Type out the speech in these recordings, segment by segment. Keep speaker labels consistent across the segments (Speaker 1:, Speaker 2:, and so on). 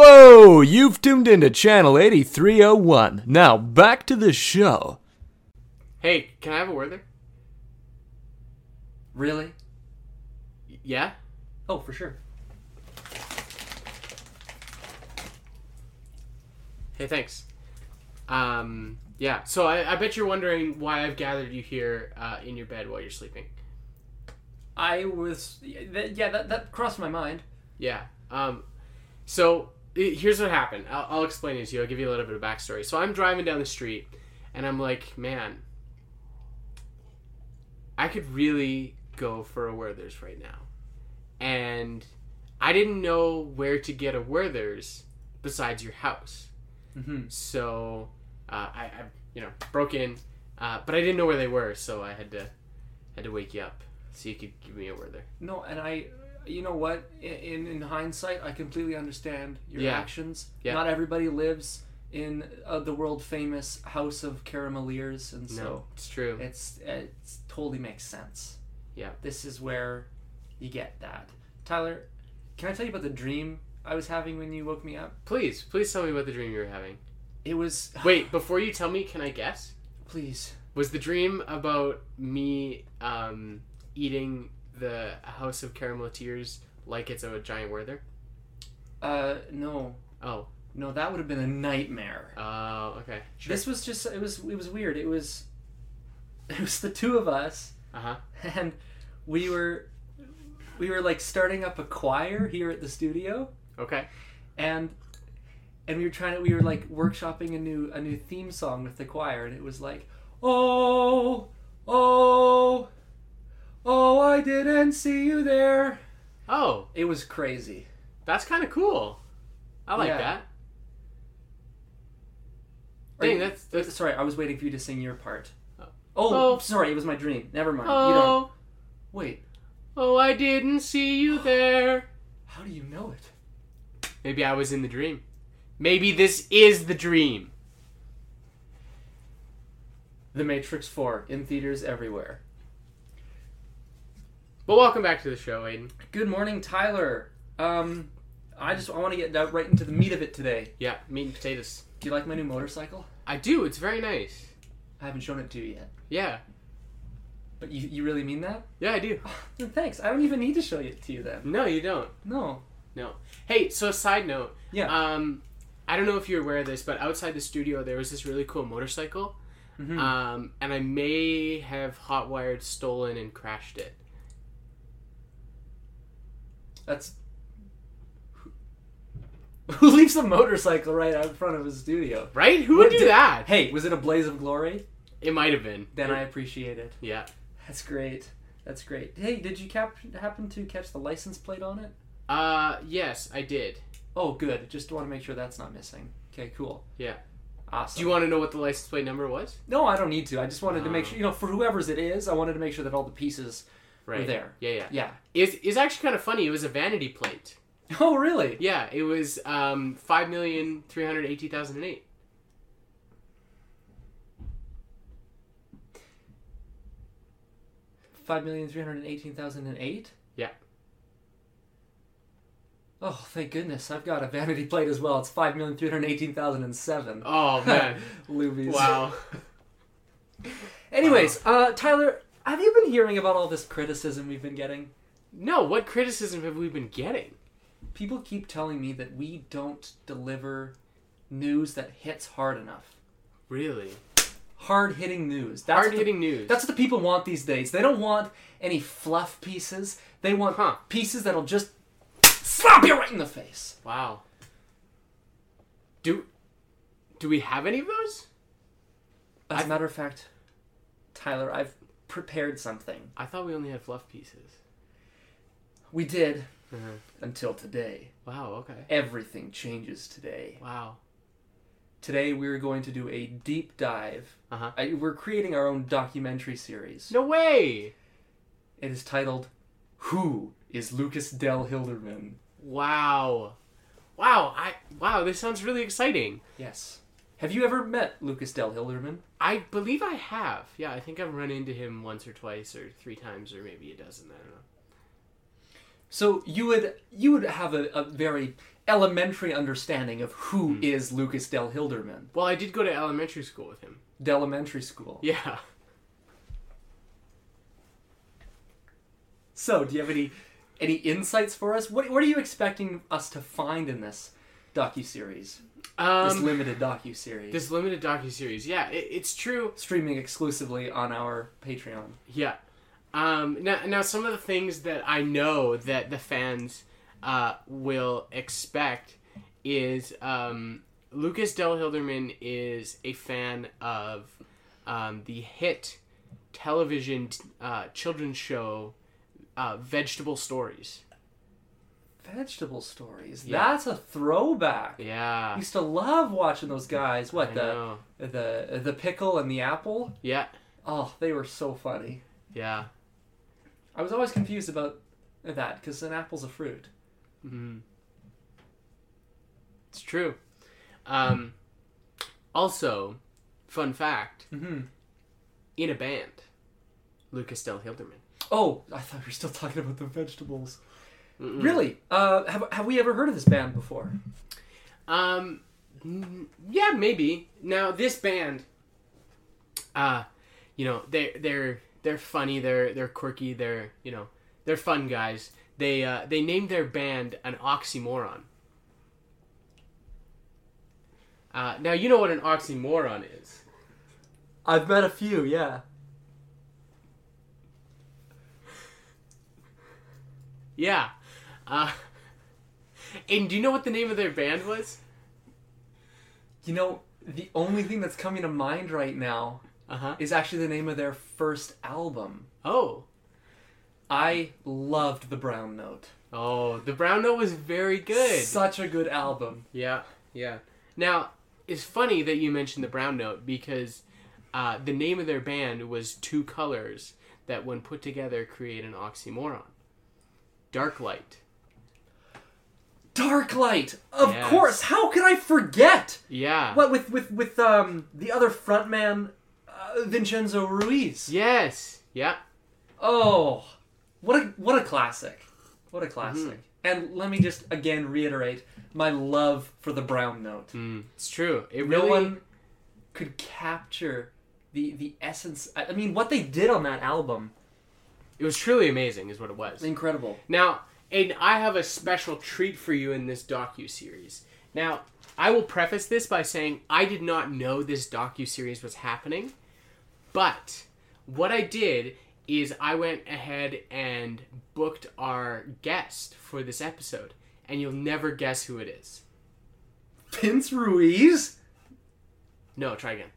Speaker 1: Hello, you've tuned into Channel 8301. Now, back to the show.
Speaker 2: Hey, can I have a word there?
Speaker 3: Really?
Speaker 2: Y- Yeah?
Speaker 3: Oh, for sure.
Speaker 2: Hey, thanks. Um, yeah, so I, I bet you're wondering why I've gathered you here uh, in your bed while you're sleeping.
Speaker 3: I was. Yeah, that, that crossed my mind.
Speaker 2: Yeah. Um, so i- here's what happened. I'll, I'll explain it to you. I'll give you a little bit of backstory. So I'm driving down the street, and I'm like, man, I could really go for a Werther's right now, and I didn't know where to get a Werther's besides your house. Mm-hmm.
Speaker 3: Mhm.
Speaker 2: So uh, I, I, you know, broke in, uh, but I didn't know where they were, so I had to had to wake you up so you could give me a Werther.
Speaker 3: No, and I. You know what? I- In in hindsight, I completely understand your
Speaker 2: Yeah.
Speaker 3: actions.
Speaker 2: Yeah.
Speaker 3: Not everybody lives in uh, the world famous House of Carameliers, and so.
Speaker 2: No, it's true.
Speaker 3: It's it totally makes sense.
Speaker 2: Yeah.
Speaker 3: This is where you get that. Tyler, can I tell you about the dream I was having when you woke me up?
Speaker 2: Please, please tell me about the dream you were having.
Speaker 3: It was
Speaker 2: Wait, before you tell me, can I guess?
Speaker 3: please.
Speaker 2: Was the dream about me um, eating the House of Caramelteers like it's a giant Werther?
Speaker 3: Uh no.
Speaker 2: Oh,
Speaker 3: No, that would have been a nightmare.
Speaker 2: oh, okay. Sure.
Speaker 3: This was just it was it was weird. It was it was the two of us
Speaker 2: Uh huh.
Speaker 3: and we were we were like starting up a choir here at the studio
Speaker 2: Okay.
Speaker 3: and and we were trying to we were like workshopping a new a new theme song with the choir and it was like oh oh oh i didn't see you there
Speaker 2: Oh,
Speaker 3: it was crazy
Speaker 2: that's kind of cool. I like
Speaker 3: Yeah.
Speaker 2: that.
Speaker 3: Are
Speaker 2: Dang,
Speaker 3: you-
Speaker 2: that's that's.
Speaker 3: Uh, sorry i was waiting for you to sing your part
Speaker 2: Oh.
Speaker 3: oh,
Speaker 2: Oh.
Speaker 3: sorry it was my dream never mind you don't
Speaker 2: Oh,
Speaker 3: wait
Speaker 2: oh, I didn't see you there.
Speaker 3: how do you know it
Speaker 2: Maybe I was in the dream. Maybe this is the dream.
Speaker 3: the matrix 4 in theaters everywhere
Speaker 2: But welcome back to the show, Aiden.
Speaker 3: good morning tyler um i just i want to get down- right into the meat of it today
Speaker 2: Yeah, meat and potatoes.
Speaker 3: do you like my new motorcycle
Speaker 2: I do. It's very nice.
Speaker 3: i haven't shown it to you yet
Speaker 2: Yeah.
Speaker 3: but you, you really mean that
Speaker 2: Yeah, I do.
Speaker 3: Then Thanks. I don't even need to show it to you then.
Speaker 2: No, you don't.
Speaker 3: No.
Speaker 2: Hey, so side note.
Speaker 3: Yeah.
Speaker 2: Um, I don't know if you're aware of this, but outside the studio there was this really cool motorcycle.
Speaker 3: Mhm.
Speaker 2: Um, and I may have hotwired, stolen, and crashed it.
Speaker 3: That's who leaves a motorcycle right out in front of his studio.
Speaker 2: Right? Who
Speaker 3: What
Speaker 2: would do
Speaker 3: did-
Speaker 2: that?
Speaker 3: Hey, was it a blaze of glory?
Speaker 2: It might have been.
Speaker 3: Then I appreciate it.
Speaker 2: Yeah.
Speaker 3: That's great. That's great. Hey, did you cap- happen to catch the license plate on it?
Speaker 2: Uh, yes, I did.
Speaker 3: Oh, good. Just want to make sure that's not missing. Okay, cool.
Speaker 2: Yeah.
Speaker 3: Awesome.
Speaker 2: Do you want to know what the license plate number was?
Speaker 3: no, I don't need to. I just wanted to make
Speaker 2: Oh.
Speaker 3: sure, you know, for whoever's it is, I wanted to make sure that all the pieces
Speaker 2: Right.
Speaker 3: were there.
Speaker 2: Yeah, yeah.
Speaker 3: Yeah.
Speaker 2: It's, it's actually kind of funny. It was a vanity plate.
Speaker 3: Oh, really?
Speaker 2: Yeah, it was um five million three hundred eighteen thousand and eight.
Speaker 3: Five million three hundred eighteen thousand and eight.
Speaker 2: Yeah.
Speaker 3: Oh, thank goodness! I've got a vanity plate as well. It's five million three hundred eighteen thousand and seven.
Speaker 2: Oh man!
Speaker 3: Lubies.
Speaker 2: wow.
Speaker 3: Anyways, uh, Tyler, have you been hearing about all this criticism we've been getting?
Speaker 2: No, what criticism have we been getting?
Speaker 3: People keep telling me that we don't deliver news that hits hard enough.
Speaker 2: Really?
Speaker 3: Hard hitting news. That's
Speaker 2: Hard
Speaker 3: what-
Speaker 2: hitting news.
Speaker 3: That's what the people want these days. They don't want any fluff pieces. They want
Speaker 2: Huh.
Speaker 3: pieces that'll just slap you right in the face.
Speaker 2: wow. Do do we have any of those?
Speaker 3: As
Speaker 2: I-
Speaker 3: a matter of fact, Tyler, I've prepared something.
Speaker 2: I thought we only had fluff pieces.
Speaker 3: We did
Speaker 2: Mhm.
Speaker 3: until today.
Speaker 2: Wow. Okay.
Speaker 3: Everything changes today.
Speaker 2: Wow.
Speaker 3: Today we're going to do a deep dive.
Speaker 2: Uh-huh.
Speaker 3: I, we're creating our own documentary series.
Speaker 2: No way.
Speaker 3: It is titled "Who is Lucas Del Hilderman?"
Speaker 2: Wow. Wow. I wow. This sounds really exciting.
Speaker 3: Yes. Have you ever met Lucas Del Hilderman?
Speaker 2: I believe I have. Yeah, I think I've run into him once or twice or three times or maybe a dozen. I don't know.
Speaker 3: So you would you would have a, a very elementary understanding of
Speaker 2: Hmm.
Speaker 3: who is Lucas Del Hilderman.
Speaker 2: Well, I did go to elementary school with him.
Speaker 3: Del elementary school.
Speaker 2: Yeah.
Speaker 3: So, do you have any any insights for us? What what are you expecting us to find in this docu series?
Speaker 2: Um,
Speaker 3: this limited docu series.
Speaker 2: this limited docu series. Yeah, it, it's true.
Speaker 3: streaming exclusively on our Patreon.
Speaker 2: Yeah. Um, now, now, some of the things that I know that the fans uh, will expect is um, Lucas Del Hilderman is a fan of um, the hit television uh, children's show uh, Vegetable Stories.
Speaker 3: Vegetable stories.
Speaker 2: Yeah.
Speaker 3: That's a throwback. I
Speaker 2: Yeah.
Speaker 3: used to love watching those guys. What
Speaker 2: I
Speaker 3: the
Speaker 2: know.
Speaker 3: the the pickle and the apple?
Speaker 2: Yeah.
Speaker 3: Oh, they were so funny.
Speaker 2: Yeah.
Speaker 3: I was always confused about that because an apple's a fruit.
Speaker 2: Mhm. It's true. Um, also, fun fact
Speaker 3: Mm-hmm.
Speaker 2: in a band, Lucas Del Hilderman.
Speaker 3: Oh, I thought we were still talking about the vegetables.
Speaker 2: Mm-mm.
Speaker 3: Really? Uh, have have we ever heard of this band before?
Speaker 2: Um, mm, yeah, maybe. Now this band, uh, you know, they they're they're funny, they're they're quirky, they're you know, they're fun guys. They uh, they named their band an oxymoron. Uh, now you know what an oxymoron is.
Speaker 3: I've met a few. Yeah.
Speaker 2: Yeah. Uh, and do you know what the name of their band was?
Speaker 3: You know, the only thing that's coming to mind right now
Speaker 2: Uh huh.
Speaker 3: is actually the name of their first album.
Speaker 2: Oh.
Speaker 3: I loved the Brown Note.
Speaker 2: Oh, the brown note was very good.
Speaker 3: Such a good album.
Speaker 2: Yeah, yeah. Now, it's funny that you mentioned the brown note because uh, the name of their band was two colors that, when put together, create an oxymoron. Dark light.
Speaker 3: Dark Light. Of
Speaker 2: Yes.
Speaker 3: course. How could I forget?
Speaker 2: Yeah.
Speaker 3: What with with with um the other frontman uh, Vincenzo Ruiz.
Speaker 2: Yes. Yeah.
Speaker 3: Oh, what a what a classic! What a classic! And let me just again reiterate my love for the Brown Note.
Speaker 2: Mm, it's true. It
Speaker 3: No
Speaker 2: really.
Speaker 3: one could capture the the essence. I I mean, what they did on that album,
Speaker 2: It was truly amazing, is what it was.
Speaker 3: incredible.
Speaker 2: Now, and I have a special treat for you in this docu series. Now, I will preface this by saying I did not know this docu series was happening, but what I did is I went ahead and booked our guest for this episode, and you'll never guess who it is.
Speaker 3: Vince Ruiz.
Speaker 2: No, try again.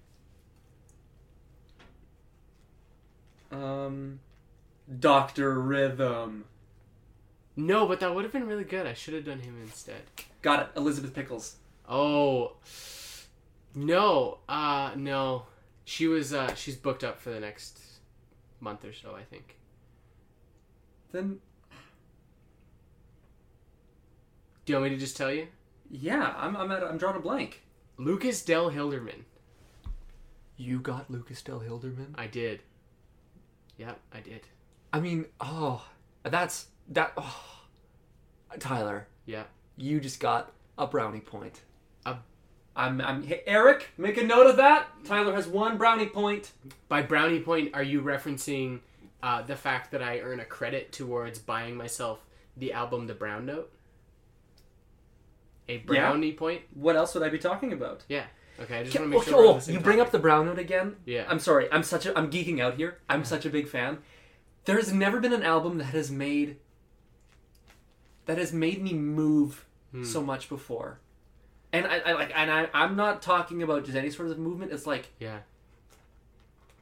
Speaker 3: Um, Doctor Rhythm.
Speaker 2: No, but that would have been really good. I should have done him instead.
Speaker 3: Got it. Elizabeth Pickles.
Speaker 2: Oh. No, uh no. She was uh she's booked up for the next month or so, I think.
Speaker 3: Then
Speaker 2: Do you want me to just tell you?
Speaker 3: yeah, I'm I'm at, I'm drawing a blank.
Speaker 2: Lucas Del Hilderman.
Speaker 3: You got Lucas Del Hilderman.
Speaker 2: I did. Yeah, I did.
Speaker 3: I mean, oh, that's that. Oh, Tyler,
Speaker 2: Yeah.
Speaker 3: you just got a brownie point.
Speaker 2: A-
Speaker 3: I'm, I'm hey, Eric. Make a note of that. Tyler has one brownie point.
Speaker 2: By brownie point, are you referencing uh, the fact that I earn a credit towards buying myself the album The Brown Note? A brownie point?
Speaker 3: What else would I be talking about?
Speaker 2: Yeah. Okay, I just
Speaker 3: Ca-
Speaker 2: want to make
Speaker 3: okay,
Speaker 2: sure. we're on
Speaker 3: oh,
Speaker 2: the same
Speaker 3: you bring up
Speaker 2: topic.
Speaker 3: the brown note again.
Speaker 2: Yeah.
Speaker 3: I'm sorry. I'm such a. I'm geeking out here. I'm such a big fan. There has never been an album that has made. That has made me move so much before, and I, I like, and I, I'm not talking about just any sort of movement. It's like
Speaker 2: Yeah.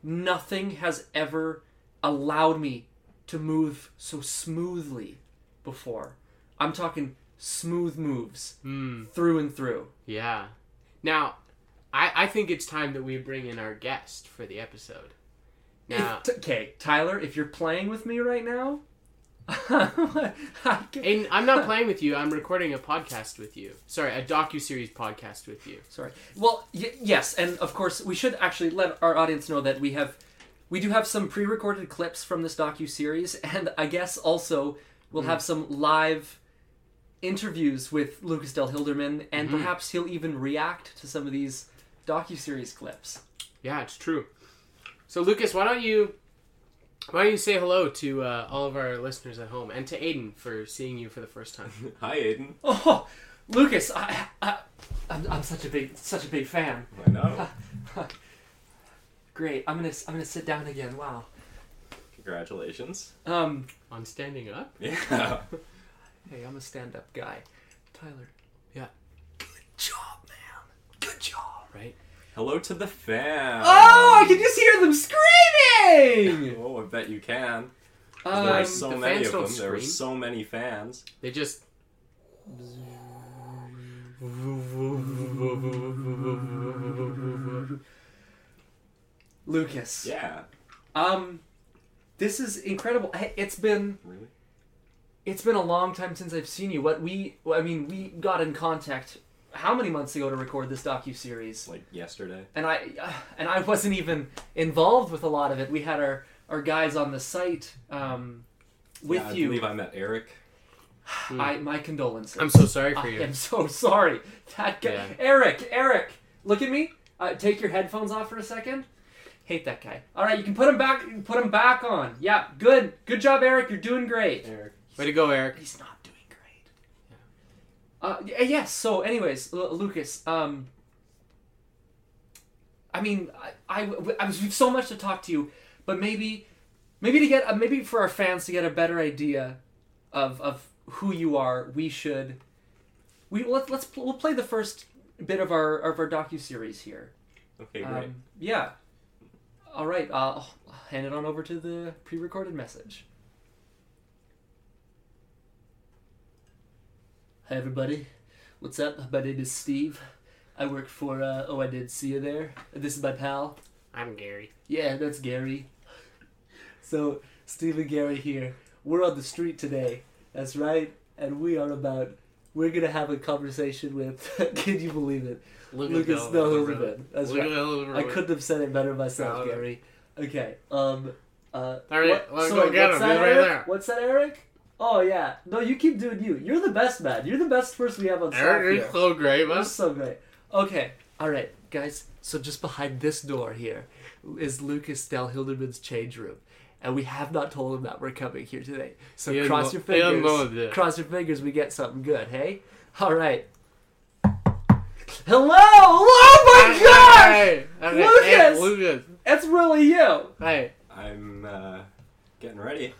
Speaker 3: nothing has ever allowed me to move so smoothly before. I'm talking smooth moves
Speaker 2: Hmm.
Speaker 3: through and through.
Speaker 2: Yeah. Now, I, I think it's time that we bring in our guest for the episode. Now,
Speaker 3: If t- okay, Tyler, if you're playing with me right now, I can-
Speaker 2: and I'm not playing with you. I'm recording a podcast with you. Sorry, a docu series podcast with you.
Speaker 3: sorry. Well, y- yes, and of course we should actually let our audience know that we have, we do have some pre-recorded Hmm. clips from this docu series, and I guess also we'll have some live interviews with Lucas Del Hilderman, and perhaps he'll even react to some of these docuseries clips.
Speaker 2: Yeah, it's true. So Lucas, why don't you why don't you say hello to uh, all of our listeners at home and to Aiden for seeing you for the first time?
Speaker 4: Hi, Aiden.
Speaker 3: Oh, Lucas, I, I, I'm, I'm such a big such a big fan.
Speaker 4: I know.
Speaker 3: Great, I'm gonna s- I'm gonna sit down again. Wow.
Speaker 4: Congratulations.
Speaker 3: Um,
Speaker 2: On standing up.
Speaker 4: Yeah.
Speaker 3: hey, I'm a stand-up guy, Tyler.
Speaker 2: Yeah.
Speaker 3: Good job, man. Good job.
Speaker 2: Right.
Speaker 4: Hello to the fam.
Speaker 3: Oh, I can just hear them screaming.
Speaker 4: Oh, I bet you can. There
Speaker 3: Um,
Speaker 4: were so
Speaker 2: the
Speaker 4: many
Speaker 2: fans
Speaker 4: of them.
Speaker 2: don't
Speaker 4: There were
Speaker 2: scream.
Speaker 4: so many fans.
Speaker 2: They just
Speaker 3: Lucas.
Speaker 4: Yeah.
Speaker 3: Um, this is incredible. Hey, It's been
Speaker 4: Really?
Speaker 3: it's been a long time since I've seen you. What we, well, I mean, we got in contact how many months ago to record this docu series,
Speaker 4: Like yesterday.
Speaker 3: and I and I wasn't even involved with a lot of it. We had our our guys on the site um, with
Speaker 4: yeah, I
Speaker 3: you.
Speaker 4: believe I met Eric.
Speaker 3: I my condolences.
Speaker 2: I'm so sorry for
Speaker 3: I
Speaker 2: you.
Speaker 3: am so sorry. That guy,
Speaker 2: Yeah.
Speaker 3: Eric, Eric, look at me. Uh, take your headphones off for a second. Hate that guy. All right, you can put them back. Put them back on. Yeah, good, good job, Eric. You're doing great.
Speaker 4: Eric.
Speaker 2: Way to go, Eric.
Speaker 3: He's not doing great. Uh, y- yes. so, anyways, L- Lucas. Um, I mean, I, I, I was we've so much to talk to you, but maybe, maybe to get uh, maybe for our fans to get a better idea of of who you are, we should. We let's let's pl- we'll play the first bit of our of our docu series here.
Speaker 4: Okay, great.
Speaker 3: Um, yeah. All right. Uh, I'll hand it on over to the pre-recorded message. Hi everybody. What's up? My name is Steve. I work for. Uh, oh, I did see you there. This is my pal.
Speaker 2: I'm Gary.
Speaker 3: Yeah, that's Gary. So, Steve and Gary here. We're on the street today. That's right. And we are about. We're gonna have a conversation with. can you believe it? Lucas
Speaker 2: Del-
Speaker 3: Del
Speaker 2: Del-
Speaker 3: Hilderman. That's
Speaker 2: Lucas
Speaker 3: right.
Speaker 2: Del- Del-
Speaker 3: I couldn't have said it better myself,
Speaker 2: No.
Speaker 3: Gary. Okay. Um. Uh.
Speaker 2: All right, let's go get
Speaker 3: what's
Speaker 2: him.
Speaker 3: that,
Speaker 2: He's right
Speaker 3: Eric?
Speaker 2: there.
Speaker 3: What's that, Eric? Oh yeah. No, you keep doing you. You're the best man. You're the best person we have on staff
Speaker 2: Eric,
Speaker 3: here.
Speaker 2: you're so great,
Speaker 3: You're
Speaker 2: man.
Speaker 3: so great. Okay. All right, guys. So just behind this door here is Lucas Del Hilderman's change room. And we have not told him that we're coming here today. So
Speaker 2: He
Speaker 3: cross
Speaker 2: unlo-
Speaker 3: your
Speaker 2: he unloaded
Speaker 3: fingers.
Speaker 2: it.
Speaker 3: Cross your fingers we get something good, hey? All right. Hello! Oh my gosh!
Speaker 2: Hey, hey, hey,
Speaker 3: Lucas!
Speaker 2: Lucas!
Speaker 3: That's really you.
Speaker 2: Hey,
Speaker 4: I'm uh, getting ready.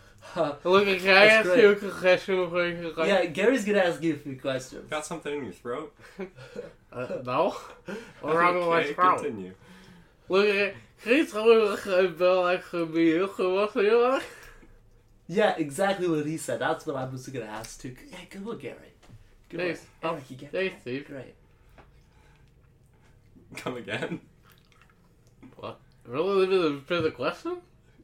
Speaker 2: Lucas, can I
Speaker 3: That's
Speaker 2: ask
Speaker 3: great.
Speaker 2: you a question before you can
Speaker 3: Yeah, Gary's gonna ask you a few questions.
Speaker 4: Got something in your throat?
Speaker 2: Uh, no? Wrong with my
Speaker 4: Okay,
Speaker 2: throat.
Speaker 4: continue.
Speaker 2: Lucas, can you tell me what kind of bill I could be used for what you want?
Speaker 3: Yeah, exactly what he said. That's what I was gonna ask too. Yeah, good one, Gary. Good
Speaker 2: Thanks.
Speaker 3: one. Eric, you get
Speaker 2: Thanks,
Speaker 3: that.
Speaker 2: Steve.
Speaker 3: Great.
Speaker 4: Come again?
Speaker 2: Really, this is a question?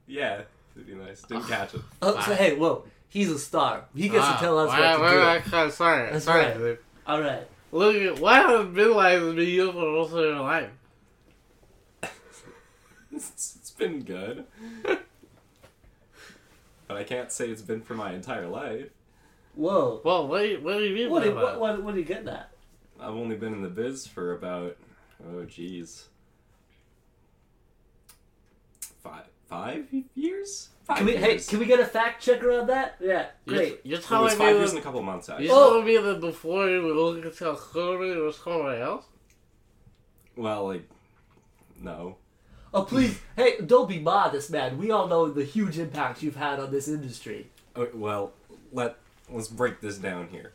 Speaker 4: Yeah, it'd be nice. Didn't catch it.
Speaker 3: Oh, so
Speaker 2: Wow.
Speaker 3: hey, whoa, he's a star. He gets
Speaker 2: Wow.
Speaker 3: to tell us
Speaker 2: Ah, Why-
Speaker 3: what to
Speaker 2: why
Speaker 3: do.
Speaker 2: am I kind of sorry.
Speaker 3: That's
Speaker 2: sorry,
Speaker 3: right.
Speaker 2: Steve.
Speaker 3: All right.
Speaker 2: Lucas, why has midlife been used for most of your life?
Speaker 4: It's- it's been good. but I can't say it's been for my entire life.
Speaker 3: Whoa.
Speaker 2: Well, what do you, what do you mean
Speaker 3: What
Speaker 2: by
Speaker 3: did,
Speaker 2: that?
Speaker 3: what, what, what did you get that?
Speaker 4: I've only been in the biz for about oh geez, five five years. Five
Speaker 3: Can we, hey,
Speaker 4: years.
Speaker 3: can we get a fact checker on that? Yeah,
Speaker 2: You're,
Speaker 3: great.
Speaker 2: you're
Speaker 4: Well, it was
Speaker 2: telling
Speaker 4: five
Speaker 2: me
Speaker 4: years
Speaker 2: this
Speaker 4: and a couple months
Speaker 2: You
Speaker 4: actually.
Speaker 3: Oh.
Speaker 2: told me that before you were looking at your clothing, it was somebody else?
Speaker 4: Well, like no,
Speaker 3: Oh, please. hey, don't be modest, man. We all know the huge impact you've had on this industry.
Speaker 4: oh, well let let's break this down here.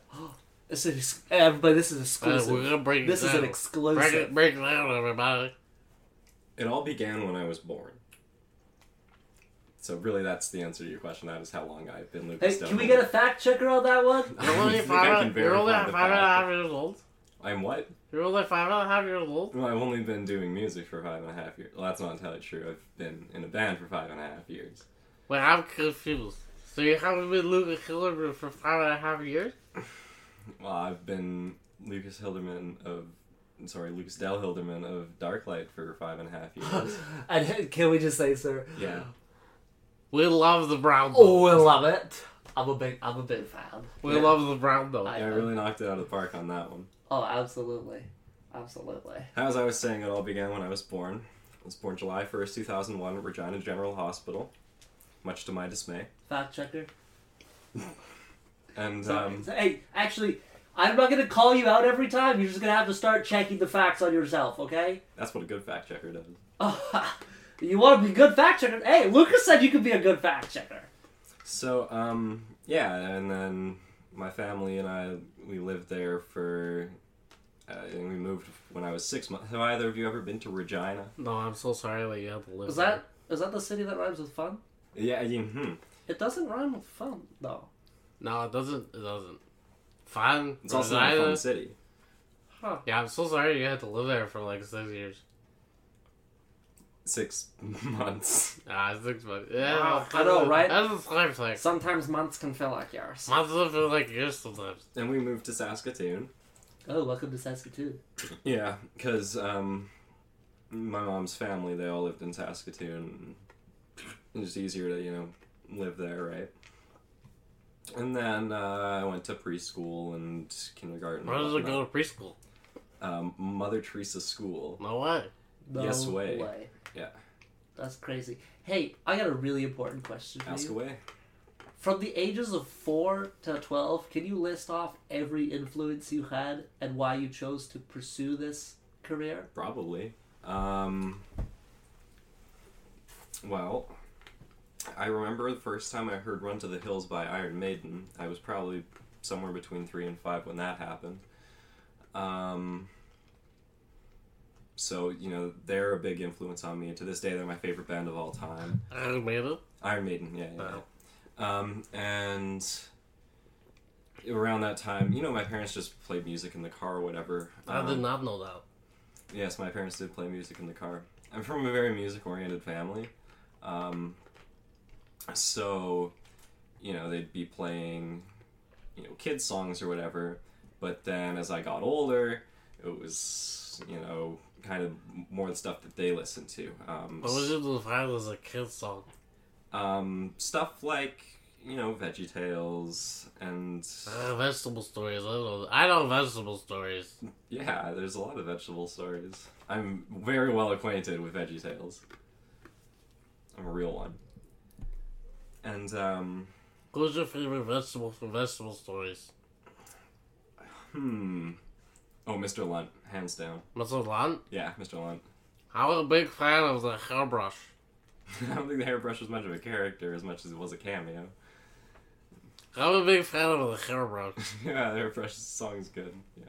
Speaker 3: This is, ex- everybody, this
Speaker 2: Uh,
Speaker 3: is
Speaker 2: we're
Speaker 3: exclusive.
Speaker 2: gonna break
Speaker 3: this
Speaker 2: it
Speaker 3: is
Speaker 2: down.
Speaker 3: an exclusive.
Speaker 2: Break it, break it down, everybody.
Speaker 4: It all began when I was born. So really, that's the answer to your question. That is how long I've been Lucas.
Speaker 3: Hey, can we get a fact checker on that one?
Speaker 2: You're only five, you're only five and a half years old.
Speaker 4: I'm what?
Speaker 2: You're only five and a half years old.
Speaker 4: Well, I've only been doing music for five and a half years. Well, that's not entirely true. I've been in a band for five and a half years.
Speaker 2: Wait, I'm confused. So you haven't been Lucas Hillerman for five and a half years?
Speaker 4: Well, I've been Lucas Hilderman of, I'm sorry, Lucas Del Hilderman of Darklight for five and a half years.
Speaker 3: And can we just say, sir?
Speaker 4: yeah.
Speaker 2: We love the brown.
Speaker 3: Oh, we love it. I'm a big I'm a big fan.
Speaker 2: We
Speaker 4: Yeah.
Speaker 2: love LeBron though.
Speaker 3: I-
Speaker 4: Yeah, I really knocked it out of the park on that one.
Speaker 3: Oh, absolutely, absolutely.
Speaker 4: As I was saying, it all began when I was born. I was born July 1st, 2001, at Regina General Hospital, much to my dismay.
Speaker 3: Fact checker.
Speaker 4: And
Speaker 3: So-
Speaker 4: um,
Speaker 3: so- hey, actually, I'm not gonna call you out every time. You're just gonna have to start checking the facts on yourself, okay?
Speaker 4: that's what a good fact checker does.
Speaker 3: Oh, you want to be a good fact checker? Hey, Lucas said you could be a good fact checker.
Speaker 4: So, um, yeah, and then my family and I, we lived there for, uh, and we moved when I was six months. Have either of you ever been to Regina?
Speaker 2: No, I'm so sorry that you have to live.
Speaker 3: Is that is that the city that rhymes with fun?
Speaker 4: Yeah, I mean, hmm.
Speaker 3: It doesn't rhyme with fun though.
Speaker 2: there. no? It doesn't. It doesn't. Fun.
Speaker 4: It's also not a
Speaker 2: Regina.
Speaker 4: fun city.
Speaker 3: Huh?
Speaker 2: Yeah, I'm so sorry you had to live there for like six years.
Speaker 4: Six months.
Speaker 2: Ah, six months. Yeah,
Speaker 3: Wow,
Speaker 2: that's-
Speaker 3: I know, right?
Speaker 2: That's a time thing.
Speaker 3: Sometimes months can feel like years.
Speaker 2: Months don't feel like years sometimes.
Speaker 4: And we moved to Saskatoon.
Speaker 3: Oh, welcome to Saskatoon.
Speaker 4: Yeah, because um, my mom's family, they all lived in Saskatoon. It's just easier to, you know, live there, right? And then uh, I went to preschool and kindergarten.
Speaker 2: Where does it
Speaker 4: whatnot.
Speaker 2: go to preschool?
Speaker 4: um, Mother Teresa School.
Speaker 2: No way.
Speaker 3: No
Speaker 4: Yes way. Yeah.
Speaker 3: That's crazy. Hey, I got a really important question for
Speaker 4: Ask
Speaker 3: you.
Speaker 4: away.
Speaker 3: From the ages of four to twelve, can you list off every influence you had and why you chose to pursue this career?
Speaker 4: Probably. Um, well, I remember the first time I heard Run to the Hills by Iron Maiden. I was probably somewhere between three and five when that happened. Um, so, you know, they're a big influence on me. To this day, they're my favorite band of all time.
Speaker 2: I made it.
Speaker 4: Iron Maiden, yeah. yeah, yeah. Um, and around that time, you know, my parents just played music in the car or whatever.
Speaker 2: I did
Speaker 4: Um,
Speaker 2: not know that.
Speaker 4: Yes, my parents did play music in the car. I'm from a very music oriented family. Um, so, you know, they'd be playing, you know, kids' songs or whatever. But then as I got older, it was, you know, kind of more the stuff that they listened to. Um,
Speaker 2: What would you define as a kid's song?
Speaker 4: um, stuff like you know Veggie Tales and
Speaker 2: Uh, vegetable stories. I don't know. I know vegetable stories.
Speaker 4: yeah, there's a lot of vegetable stories. I'm very well acquainted with Veggie Tales. I'm a real one. And um,
Speaker 2: Who's your favorite vegetable from vegetable stories?
Speaker 4: hmm, oh, Mr. Lunt, hands down.
Speaker 2: Mr. Lunt?
Speaker 4: Yeah, Mr. Lunt.
Speaker 2: I'm a big fan of the hairbrush.
Speaker 4: I don't think the hairbrush was much of a character as much as it was a cameo.
Speaker 2: I'm a big fan of the hairbrush.
Speaker 4: yeah, the hairbrush song is good. Yeah.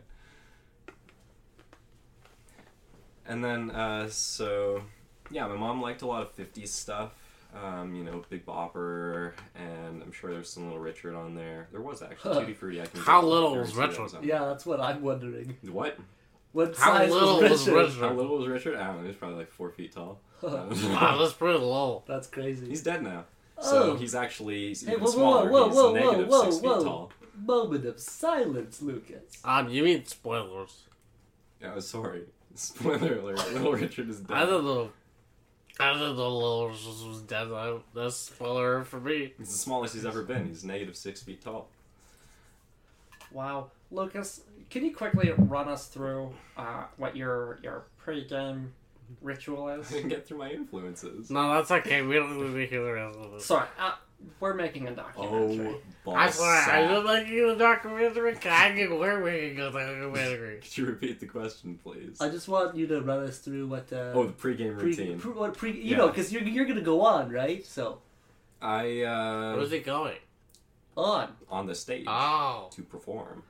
Speaker 4: And then, uh, so, yeah, my mom liked a lot of 50s stuff. Um, you know, Big Bopper, and I'm sure there's some Little Richard on there. There was actually
Speaker 3: Huh.
Speaker 4: Tutti Frutti. I can
Speaker 2: How little was
Speaker 4: guarantee that
Speaker 2: Richard?
Speaker 4: was on
Speaker 3: Yeah, that's what I'm wondering.
Speaker 4: there. What?
Speaker 3: What
Speaker 2: How
Speaker 3: size
Speaker 2: little
Speaker 3: was
Speaker 2: was
Speaker 3: Richard?
Speaker 2: Richard?
Speaker 4: How little was Richard? I don't know. He was probably like four feet tall. Um,
Speaker 2: Wow, that's pretty low.
Speaker 3: That's crazy.
Speaker 4: Uh, he's dead now. So
Speaker 3: Oh.
Speaker 4: he's actually he's
Speaker 3: Hey,
Speaker 4: even
Speaker 3: whoa, whoa,
Speaker 4: smaller.
Speaker 3: whoa,
Speaker 4: he's
Speaker 3: whoa,
Speaker 4: negative
Speaker 3: whoa,
Speaker 4: six
Speaker 3: whoa.
Speaker 4: feet tall.
Speaker 3: Moment of silence, Lucas.
Speaker 2: Um, you mean spoilers.
Speaker 4: Yeah, sorry. Spoiler alert. Little Richard is dead.
Speaker 2: I don't know. I don't know Little Richard was dead. I, that's spoiler for me.
Speaker 4: He's the smallest he's ever been. He's negative six feet tall.
Speaker 3: Wow, Lucas, can you quickly run us through uh, what your your pre-game ritual
Speaker 4: I
Speaker 3: is?
Speaker 4: didn't get through my influences.
Speaker 2: No, that's okay. We don't need to hear the rest of this.
Speaker 3: Sorry, uh, we're making a documentary.
Speaker 4: Oh, ball
Speaker 2: I swear, I
Speaker 4: sack.
Speaker 2: don't like you, documentary. I can we're making a documentary.
Speaker 4: Could you repeat the question, please?
Speaker 3: I just want you to run us through what uh,
Speaker 4: Oh, the pregame
Speaker 3: pre,
Speaker 4: routine.
Speaker 3: pre- what pre, you
Speaker 4: Yeah.
Speaker 3: know, because you're you're gonna go on, right? So
Speaker 4: I uh,
Speaker 2: Where's it going?
Speaker 3: on.
Speaker 4: on the stage
Speaker 3: Ah.
Speaker 2: Oh.
Speaker 4: to perform.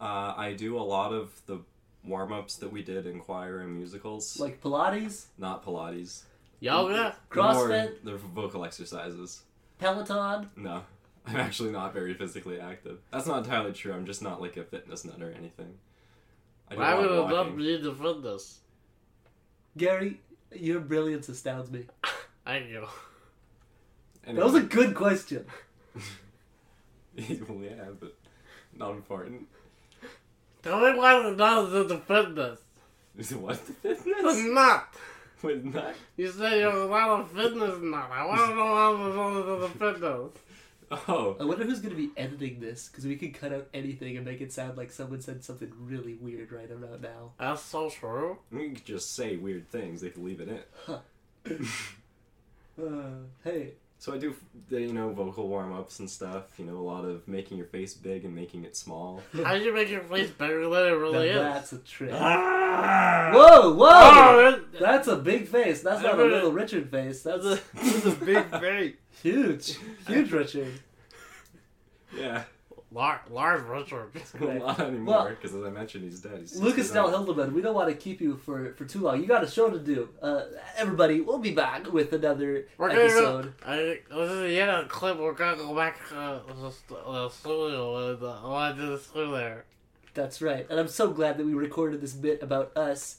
Speaker 4: Uh, I do a lot of the warm ups that we did in choir and musicals,
Speaker 3: Like Pilates,
Speaker 4: not Pilates.
Speaker 2: Yoga?
Speaker 3: CrossFit?
Speaker 4: More the vocal exercises.
Speaker 3: Peloton.
Speaker 4: No, I'm actually not very physically active. That's not entirely true. I'm just not like a fitness nut or anything. I do a
Speaker 2: Why
Speaker 4: lot
Speaker 2: would
Speaker 4: of
Speaker 2: it not
Speaker 4: walking.
Speaker 2: be defend this?
Speaker 3: Gary, your brilliance astounds me.
Speaker 2: Thank you.
Speaker 3: That was a good question.
Speaker 4: Anyway. well, yeah, but not important.
Speaker 2: Tell me why the not to defend this.
Speaker 4: Is it what the
Speaker 2: It's
Speaker 4: fitness?
Speaker 2: not.
Speaker 4: Wait, not.
Speaker 2: You said you're a lot of fitness nut. I want to know how the hell is the fitness.
Speaker 4: Oh,
Speaker 3: I wonder who's going to be editing this because we could cut out anything and make it sound like someone said something really weird right about now.
Speaker 2: That's so true.
Speaker 4: we could just say weird things. They could leave it in.
Speaker 3: Uh, hey,
Speaker 4: So I do, the, you know, vocal warm ups and stuff. You know, a lot of making your face big and making it small.
Speaker 2: How did you make your face bigger than it
Speaker 3: now
Speaker 2: really is?
Speaker 3: that's a trick.
Speaker 2: Ah!
Speaker 3: Whoa, whoa!
Speaker 2: Oh, that-
Speaker 3: That's a big face. That's not a
Speaker 2: Everett-
Speaker 3: little Richard face. That's a
Speaker 2: that's a big face.
Speaker 3: huge, huge Richard.
Speaker 4: yeah,
Speaker 2: Lar- Lars Richard.
Speaker 4: not anymore
Speaker 3: Well-
Speaker 4: because as I mentioned, he's dead. He's
Speaker 3: Lucas
Speaker 4: 69.
Speaker 3: Del Hildeman, we don't want to keep you for, for too long. You got a show to do. Uh, everybody, we'll be back with another
Speaker 2: We're gonna
Speaker 3: episode.
Speaker 2: go. I, this is the end of the clip. We're gonna go back uh, to the st- the studio. and, uh, I want to do the studio there.
Speaker 3: That's right. And I'm so glad that we recorded this bit about us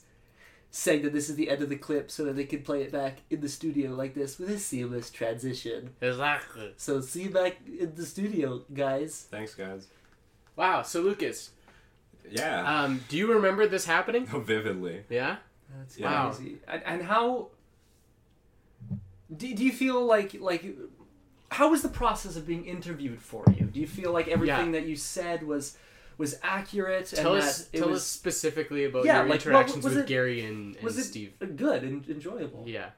Speaker 3: saying that this is the end of the clip so that they could play it back in the studio like this with a seamless transition.
Speaker 2: Exactly.
Speaker 3: So see you back in the studio, guys.
Speaker 4: Thanks, guys.
Speaker 2: Wow. So Lucas,
Speaker 4: Yeah,
Speaker 2: um, do you remember this happening?
Speaker 4: vividly.
Speaker 2: Yeah.
Speaker 5: That's
Speaker 4: Yeah.
Speaker 5: crazy. And, and how do, do you feel like like how was the process of being interviewed for you? Do you feel like everything that you said was was accurate
Speaker 2: Tell
Speaker 5: and
Speaker 2: us.
Speaker 5: that it
Speaker 2: Tell
Speaker 5: was
Speaker 2: us specifically about
Speaker 5: Yeah,
Speaker 2: your
Speaker 5: like, what-
Speaker 2: interactions
Speaker 5: was
Speaker 2: with
Speaker 5: it-
Speaker 2: Gary and, and
Speaker 5: was it
Speaker 2: Steve.
Speaker 3: Good and enjoyable.
Speaker 2: Yeah.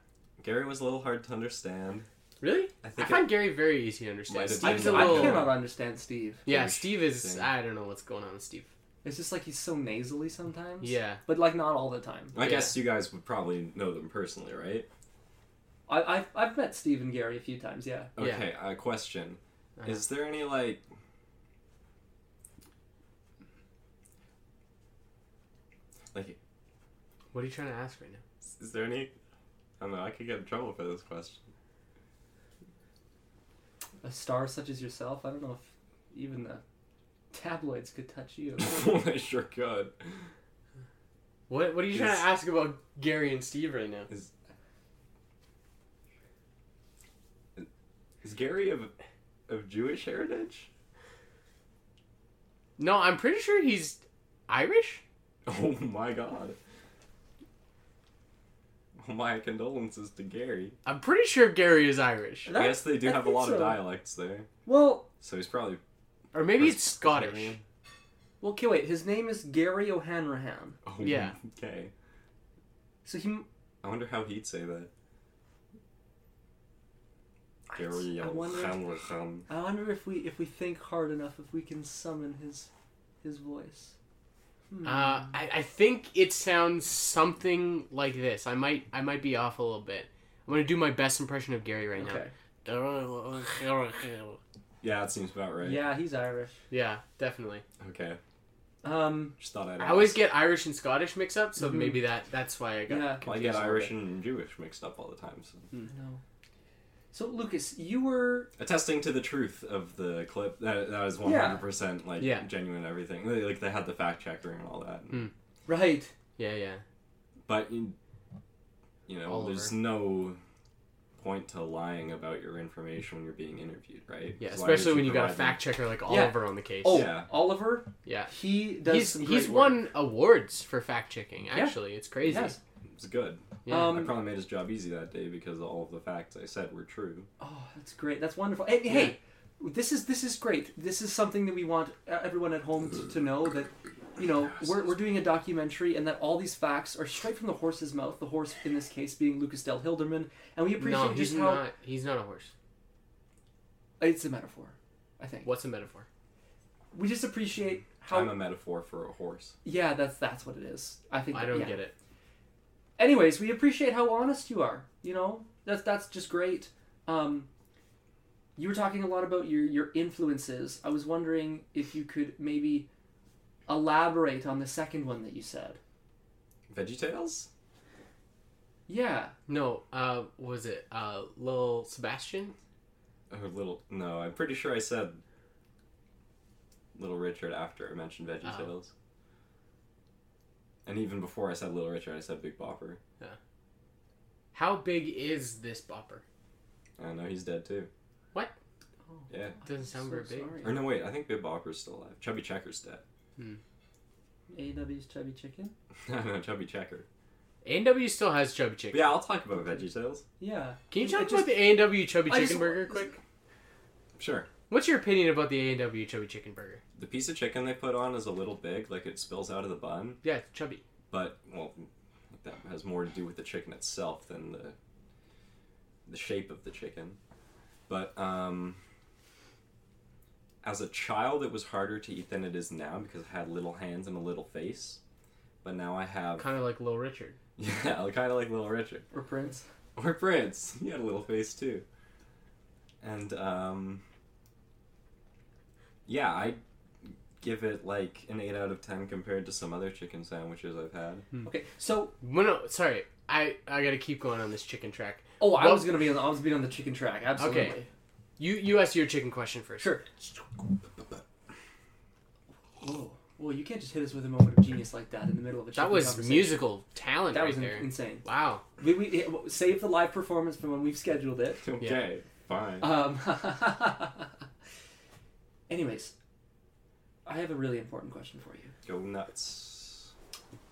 Speaker 4: Gary was a little hard to understand.
Speaker 2: Really?
Speaker 4: I
Speaker 2: I
Speaker 4: think
Speaker 2: find Gary very easy to understand.
Speaker 4: Might have
Speaker 2: Steve's a
Speaker 4: been-
Speaker 5: I
Speaker 2: little.
Speaker 5: cannot understand Steve.
Speaker 2: yeah,
Speaker 4: Jewish
Speaker 2: Steve is.
Speaker 4: thing.
Speaker 2: I don't know what's going on with Steve.
Speaker 5: It's just like he's so nasally sometimes.
Speaker 2: Yeah.
Speaker 5: But like not all the time.
Speaker 4: I
Speaker 2: Yeah.
Speaker 4: guess you guys would probably know them personally, right?
Speaker 5: I, I've I've met Steve and Gary a few times. Yeah.
Speaker 2: Yeah.
Speaker 4: Okay, uh, question.
Speaker 2: Uh-huh.
Speaker 4: Is there any, like. Like,
Speaker 2: What are you trying to ask right now?
Speaker 4: is there any. I don't know, I could get in trouble for this question.
Speaker 5: A star such as yourself. I don't know if even the tabloids could touch you.
Speaker 4: I sure could.
Speaker 2: What What are you trying
Speaker 4: Is-
Speaker 2: to ask about Gary and Steve right now?
Speaker 4: Is Gary of, of Jewish heritage?
Speaker 2: No, I'm pretty sure he's Irish.
Speaker 4: Oh my god. My condolences to Gary.
Speaker 2: I'm pretty sure Gary is Irish,
Speaker 3: That-
Speaker 4: I guess they do
Speaker 3: I
Speaker 4: have a
Speaker 3: think
Speaker 4: lot
Speaker 3: so.
Speaker 4: of dialects there.
Speaker 5: well,
Speaker 4: So he's probably.
Speaker 2: or maybe it's Scottish.
Speaker 4: Presbyterian.
Speaker 5: well, okay, wait. His name is Gary O'Hanrahan.
Speaker 4: Oh,
Speaker 2: Yeah.
Speaker 4: Okay.
Speaker 5: So he.
Speaker 4: I wonder how he'd say that. Gary
Speaker 5: I wonder,
Speaker 4: O'Hanrahan.
Speaker 5: I wonder if we if we think hard enough if we can summon his his voice. Hmm.
Speaker 2: Uh, I, I think it sounds something like this. I might I might be off a little bit. I'm gonna do my best impression of Gary right
Speaker 5: okay.
Speaker 2: now.
Speaker 4: Yeah, that seems about right.
Speaker 5: Yeah, he's Irish.
Speaker 2: Yeah, definitely.
Speaker 4: Okay.
Speaker 5: Um.
Speaker 4: Just thought I'd.
Speaker 2: I always get Irish and Scottish mixed up, so
Speaker 5: Mhm.
Speaker 2: maybe that that's why I got.
Speaker 5: Yeah.
Speaker 4: Well, I
Speaker 2: confused
Speaker 4: get
Speaker 2: a little
Speaker 4: Irish
Speaker 2: bit.
Speaker 4: and Jewish mixed up all the time. So.
Speaker 5: No. So Lucas, you were
Speaker 4: Attesting to the truth of the clip, that, that is 100% like
Speaker 2: Yeah.
Speaker 4: genuine everything. They- Like they had the fact checker and all that.
Speaker 5: right.
Speaker 2: Yeah, yeah.
Speaker 4: But you, you know,
Speaker 2: Oliver.
Speaker 4: there's no point to lying about your information when you're being interviewed, right?
Speaker 2: Yeah,
Speaker 4: So why would
Speaker 2: especially when you got a
Speaker 4: provide them-
Speaker 2: fact checker like
Speaker 5: Yeah.
Speaker 2: Oliver on the case.
Speaker 5: Oh,
Speaker 4: Yeah.
Speaker 5: Oliver.
Speaker 2: Yeah.
Speaker 5: He does.
Speaker 2: He's
Speaker 5: some
Speaker 2: he's
Speaker 5: great work.
Speaker 2: won awards for fact checking. Actually, it's
Speaker 5: He
Speaker 2: crazy.
Speaker 5: has.
Speaker 4: It's good.
Speaker 2: Yeah.
Speaker 4: I
Speaker 5: Um,
Speaker 4: probably made his job easy that day because all of the facts I said were true.
Speaker 5: oh, that's great. That's wonderful. Hey, hey, this is this is great. This is something that we want uh, everyone at home to, to know that you know we're, we're doing a documentary and that all these facts are straight from the horse's mouth. The horse in this case being Lucas Del Hilderman, and we appreciate
Speaker 2: No, he's
Speaker 5: just how
Speaker 2: not. He's not a horse.
Speaker 5: it's a metaphor. I think
Speaker 2: What's a metaphor?
Speaker 5: we just appreciate
Speaker 4: I'm a
Speaker 5: how.
Speaker 4: metaphor for a horse.
Speaker 5: Yeah, that's that's what it is. I think
Speaker 2: I
Speaker 5: that-
Speaker 2: don't
Speaker 5: yeah.
Speaker 2: get it.
Speaker 5: anyways, we appreciate how honest you are. You know, that's that's just great. Um, you were talking a lot about your your influences. I was wondering if you could maybe elaborate on the second one that you said.
Speaker 4: Veggie Tales?
Speaker 5: Yeah,
Speaker 2: No, uh, what was it uh, Lil Sebastian?
Speaker 4: Or little? No, I'm pretty sure I said Little Richard after I mentioned Veggie
Speaker 2: Oh.
Speaker 4: Tales. And even before I said Little Richard, I said Big Bopper.
Speaker 2: How big is this bopper?
Speaker 4: And I know he's dead too.
Speaker 2: What?
Speaker 4: Yeah.
Speaker 2: Doesn't sound
Speaker 5: so
Speaker 2: very big.
Speaker 4: Or
Speaker 5: sorry.
Speaker 4: no, wait, I think Big Bopper's still alive. Chubby Checker's dead.
Speaker 5: AW's chubby chicken.
Speaker 4: no, no, Chubby Checker.
Speaker 2: A and W still has chubby
Speaker 4: But
Speaker 2: chicken.
Speaker 4: yeah, I'll talk about Veggie Tales.
Speaker 5: Yeah.
Speaker 2: Can you
Speaker 5: I
Speaker 2: talk
Speaker 5: just-
Speaker 2: about the A and W chubby
Speaker 5: I
Speaker 2: chicken
Speaker 5: just-
Speaker 2: burger quick?
Speaker 4: Sure.
Speaker 2: What's your opinion about the A and W chubby chicken burger?
Speaker 4: The piece of chicken they put on is a little big, like it spills out of the bun,
Speaker 2: Yeah, it's chubby.
Speaker 4: but well, that has more to do with the chicken itself than the the shape of the chicken. But um, as a child, it was harder to eat than it is now because I had little hands and a little face. But now I have
Speaker 2: Kind of like Little Richard.
Speaker 4: yeah, kind of like Little Richard.
Speaker 5: Or Prince.
Speaker 4: Or Prince. He had a little face too. And um Yeah, I give it like an eight out of ten compared to some other chicken sandwiches I've had.
Speaker 5: Hmm. Okay, so
Speaker 2: Well, no, sorry. I I gotta keep going on this chicken track.
Speaker 5: oh, I
Speaker 2: Well-
Speaker 5: was gonna be on the I was being on the chicken track. Absolutely.
Speaker 2: Okay. You you ask your chicken question first.
Speaker 5: Sure. Whoa. Well, you can't just hit us with a moment of genius like that in the middle of a chicken
Speaker 2: That was
Speaker 5: conversation.
Speaker 2: musical talent
Speaker 5: That
Speaker 2: right
Speaker 5: was in-
Speaker 2: there.
Speaker 5: insane.
Speaker 2: Wow.
Speaker 5: We, we it- save the live performance from when we've scheduled it.
Speaker 4: Okay, fine.
Speaker 5: Um, anyways, I have a really important question for you.
Speaker 4: Go nuts.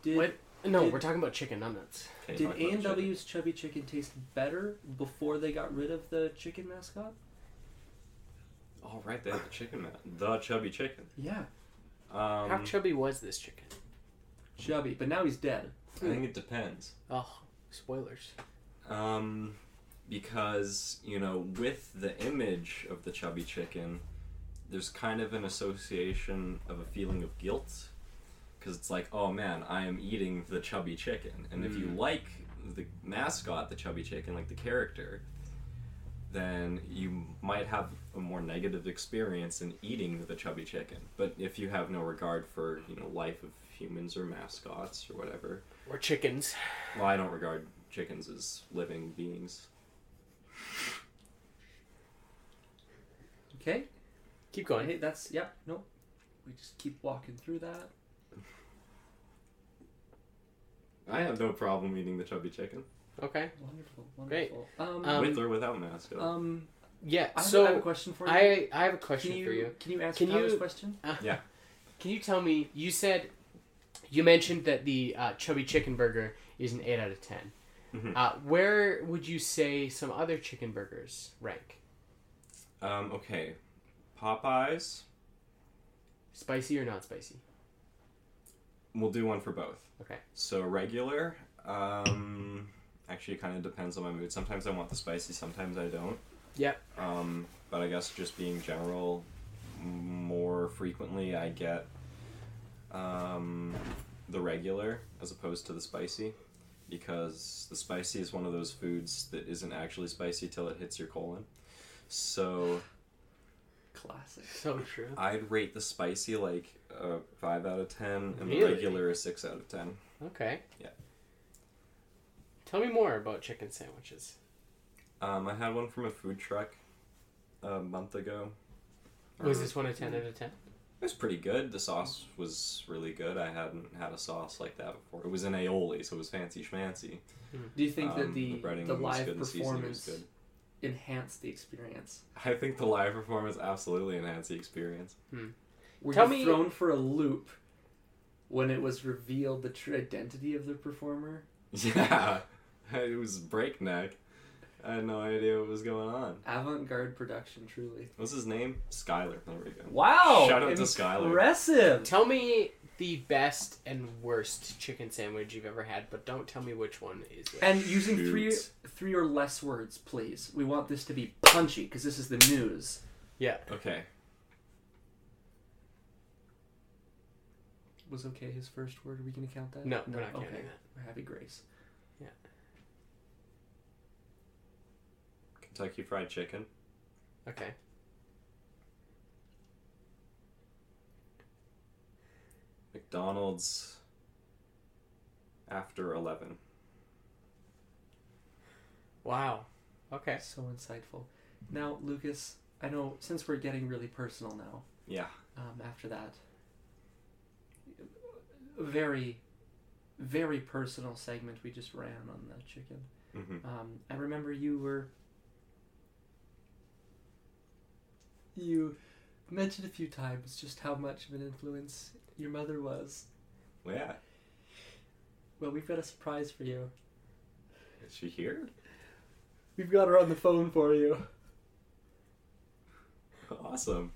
Speaker 5: Did
Speaker 2: What? No,
Speaker 5: did-
Speaker 2: we're talking about chicken, not nuts.
Speaker 4: Okay,
Speaker 5: did
Speaker 4: talk
Speaker 5: A
Speaker 4: about
Speaker 5: and
Speaker 4: chicken.
Speaker 5: W's chubby chicken taste better before they got rid of the chicken mascot?
Speaker 4: Oh right, they had the chicken man. The chubby chicken.
Speaker 5: Yeah,
Speaker 4: Um
Speaker 2: How chubby was this chicken?
Speaker 5: chubby, but now he's dead.
Speaker 4: I think it depends.
Speaker 2: Oh, spoilers.
Speaker 4: Um, because you know, with the image of the chubby chicken, there's kind of an association of a feeling of guilt, because it's like, oh man, I am eating the chubby chicken, and if you like the mascot, the chubby chicken, like the character, then you might have a more negative experience in eating the chubby chicken. But if you have no regard for you know life of humans or mascots or whatever,
Speaker 2: Or chickens.
Speaker 4: well, I don't regard chickens as living beings.
Speaker 5: Okay,
Speaker 2: Keep going.
Speaker 5: hey, that's yeah. No, we just keep walking through that.
Speaker 4: I have no problem eating the chubby chicken
Speaker 2: Okay.
Speaker 5: Wonderful,
Speaker 2: Great.
Speaker 5: wonderful. Um,
Speaker 2: Um,
Speaker 4: with or without mascot.
Speaker 5: um,
Speaker 2: Yeah.
Speaker 5: I have,
Speaker 2: so
Speaker 5: I have a question for you.
Speaker 2: I I have a question
Speaker 5: can you,
Speaker 2: for you.
Speaker 5: can you answer
Speaker 2: Can
Speaker 5: Tyler's
Speaker 2: you-
Speaker 5: question?
Speaker 2: Can you tell me? You said you mentioned that the uh, chubby chicken burger is an eight out of 10
Speaker 5: Mm-hmm.
Speaker 4: Mhm.
Speaker 2: Uh, where would you say some other chicken burgers rank?
Speaker 4: um, okay, Popeyes.
Speaker 2: Spicy or not spicy?
Speaker 4: We'll do one for both.
Speaker 2: Okay.
Speaker 4: So regular. Um, actually, it kind of depends on my mood. Sometimes I want the spicy. Sometimes I don't.
Speaker 2: Yep.
Speaker 4: Um, but I guess just being general, m- more frequently I get um, the regular as opposed to the spicy, because the spicy is one of those foods that isn't actually spicy till it hits your colon. So
Speaker 5: Classic.
Speaker 2: So true.
Speaker 4: I'd rate the spicy like a five out of ten, and the
Speaker 2: Really?
Speaker 4: regular a six out of ten.
Speaker 2: Okay.
Speaker 4: Yeah.
Speaker 2: Tell me more about chicken sandwiches.
Speaker 4: Um, I had one from a food truck a month ago.
Speaker 2: Was
Speaker 4: Or-
Speaker 2: this one a ten out of ten?
Speaker 5: Mm-hmm.
Speaker 4: It was pretty good. The sauce was really good. I hadn't had a sauce like that before. It was an aioli, so it was fancy schmancy.
Speaker 5: Do you think that
Speaker 4: Um,
Speaker 5: the the,
Speaker 4: breading was
Speaker 5: live
Speaker 4: good, the seasoning was
Speaker 5: performance enhanced the experience?
Speaker 4: good. I think the live performance absolutely enhanced the experience.
Speaker 5: Were
Speaker 2: Tell
Speaker 5: you
Speaker 2: me-
Speaker 5: thrown for a loop when it was revealed the true identity of the performer?
Speaker 4: Yeah, it was breakneck. I had no idea what was going on.
Speaker 5: Avant-garde production, truly.
Speaker 4: What's his name? Skyler. There we go.
Speaker 5: Wow!
Speaker 4: Shout out to Skylar.
Speaker 5: Impressive.
Speaker 2: Tell me the best and worst chicken sandwich you've ever had, but don't tell me which one is it.
Speaker 5: And using three
Speaker 4: Shoot.
Speaker 5: three or less words, please. We want this to be punchy because this is the news.
Speaker 2: Yeah.
Speaker 4: Okay.
Speaker 5: Was okay his first word? Are we gonna count that?
Speaker 2: No, we're not counting
Speaker 5: okay.
Speaker 2: that.
Speaker 5: We're happy grace.
Speaker 4: Kentucky Fried Chicken.
Speaker 2: Okay.
Speaker 4: McDonald's. After 11.
Speaker 2: Wow. Okay.
Speaker 5: So insightful. Now, Lucas, I know since we're getting really personal now.
Speaker 4: Yeah.
Speaker 5: um, after that. Very, very personal segment we just ran on the chicken.
Speaker 4: hmm
Speaker 5: Um, I remember you were. You mentioned a few times just how much of an influence your mother was.
Speaker 4: Well, yeah.
Speaker 5: Well, we've got a surprise for you.
Speaker 4: Is she here?
Speaker 5: We've got her on the phone for you.
Speaker 4: awesome.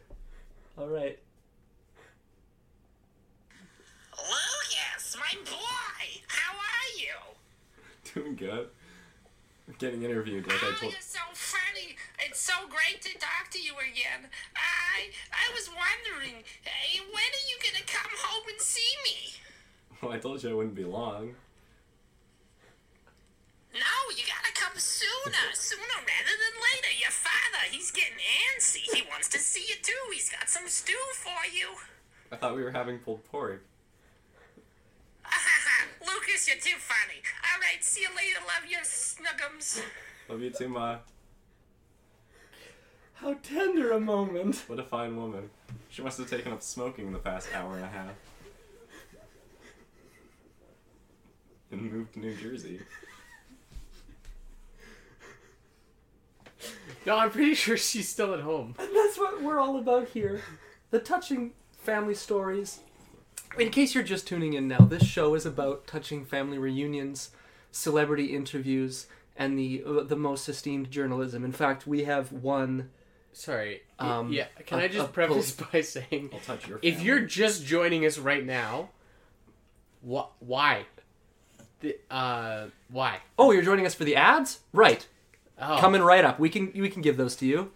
Speaker 5: All right.
Speaker 6: Lucas, my boy, how are you?
Speaker 4: Doing good. Getting interviewed like I
Speaker 6: Oh,
Speaker 4: told.
Speaker 6: you're so funny. It's so great to talk to you again. I I was wondering, eh, when are you gonna come home and see me?
Speaker 4: Well, I told you I wouldn't be long.
Speaker 6: No, you gotta come sooner, sooner rather than later. Your father, he's getting antsy. He wants to see you too. He's got some stew for you.
Speaker 4: I thought we were having pulled pork.
Speaker 6: Lucas, you're too funny. All right, see you later. Love you, Snuggums.
Speaker 4: Love you too, Ma.
Speaker 5: How tender a moment.
Speaker 4: What a fine woman. She must have taken up smoking the past hour and a half. And moved to New Jersey.
Speaker 2: No, I'm pretty sure she's still at home.
Speaker 5: That's what we're all about here. The touching family stories.
Speaker 3: In case you're just tuning in now, this show is about touching family reunions, celebrity interviews, and the uh, the most esteemed journalism. In fact, we have one.
Speaker 2: Sorry. y-
Speaker 3: Um,
Speaker 2: yeah. Can
Speaker 3: a-
Speaker 2: I
Speaker 3: a
Speaker 2: just preface by saying,
Speaker 4: I'll touch your
Speaker 2: if
Speaker 4: family.
Speaker 2: you're just joining us right now, wh- why? The, uh, why?
Speaker 3: Oh, you're joining us for the ads, right?
Speaker 2: Oh.
Speaker 3: Coming right up. We can we can give those to you.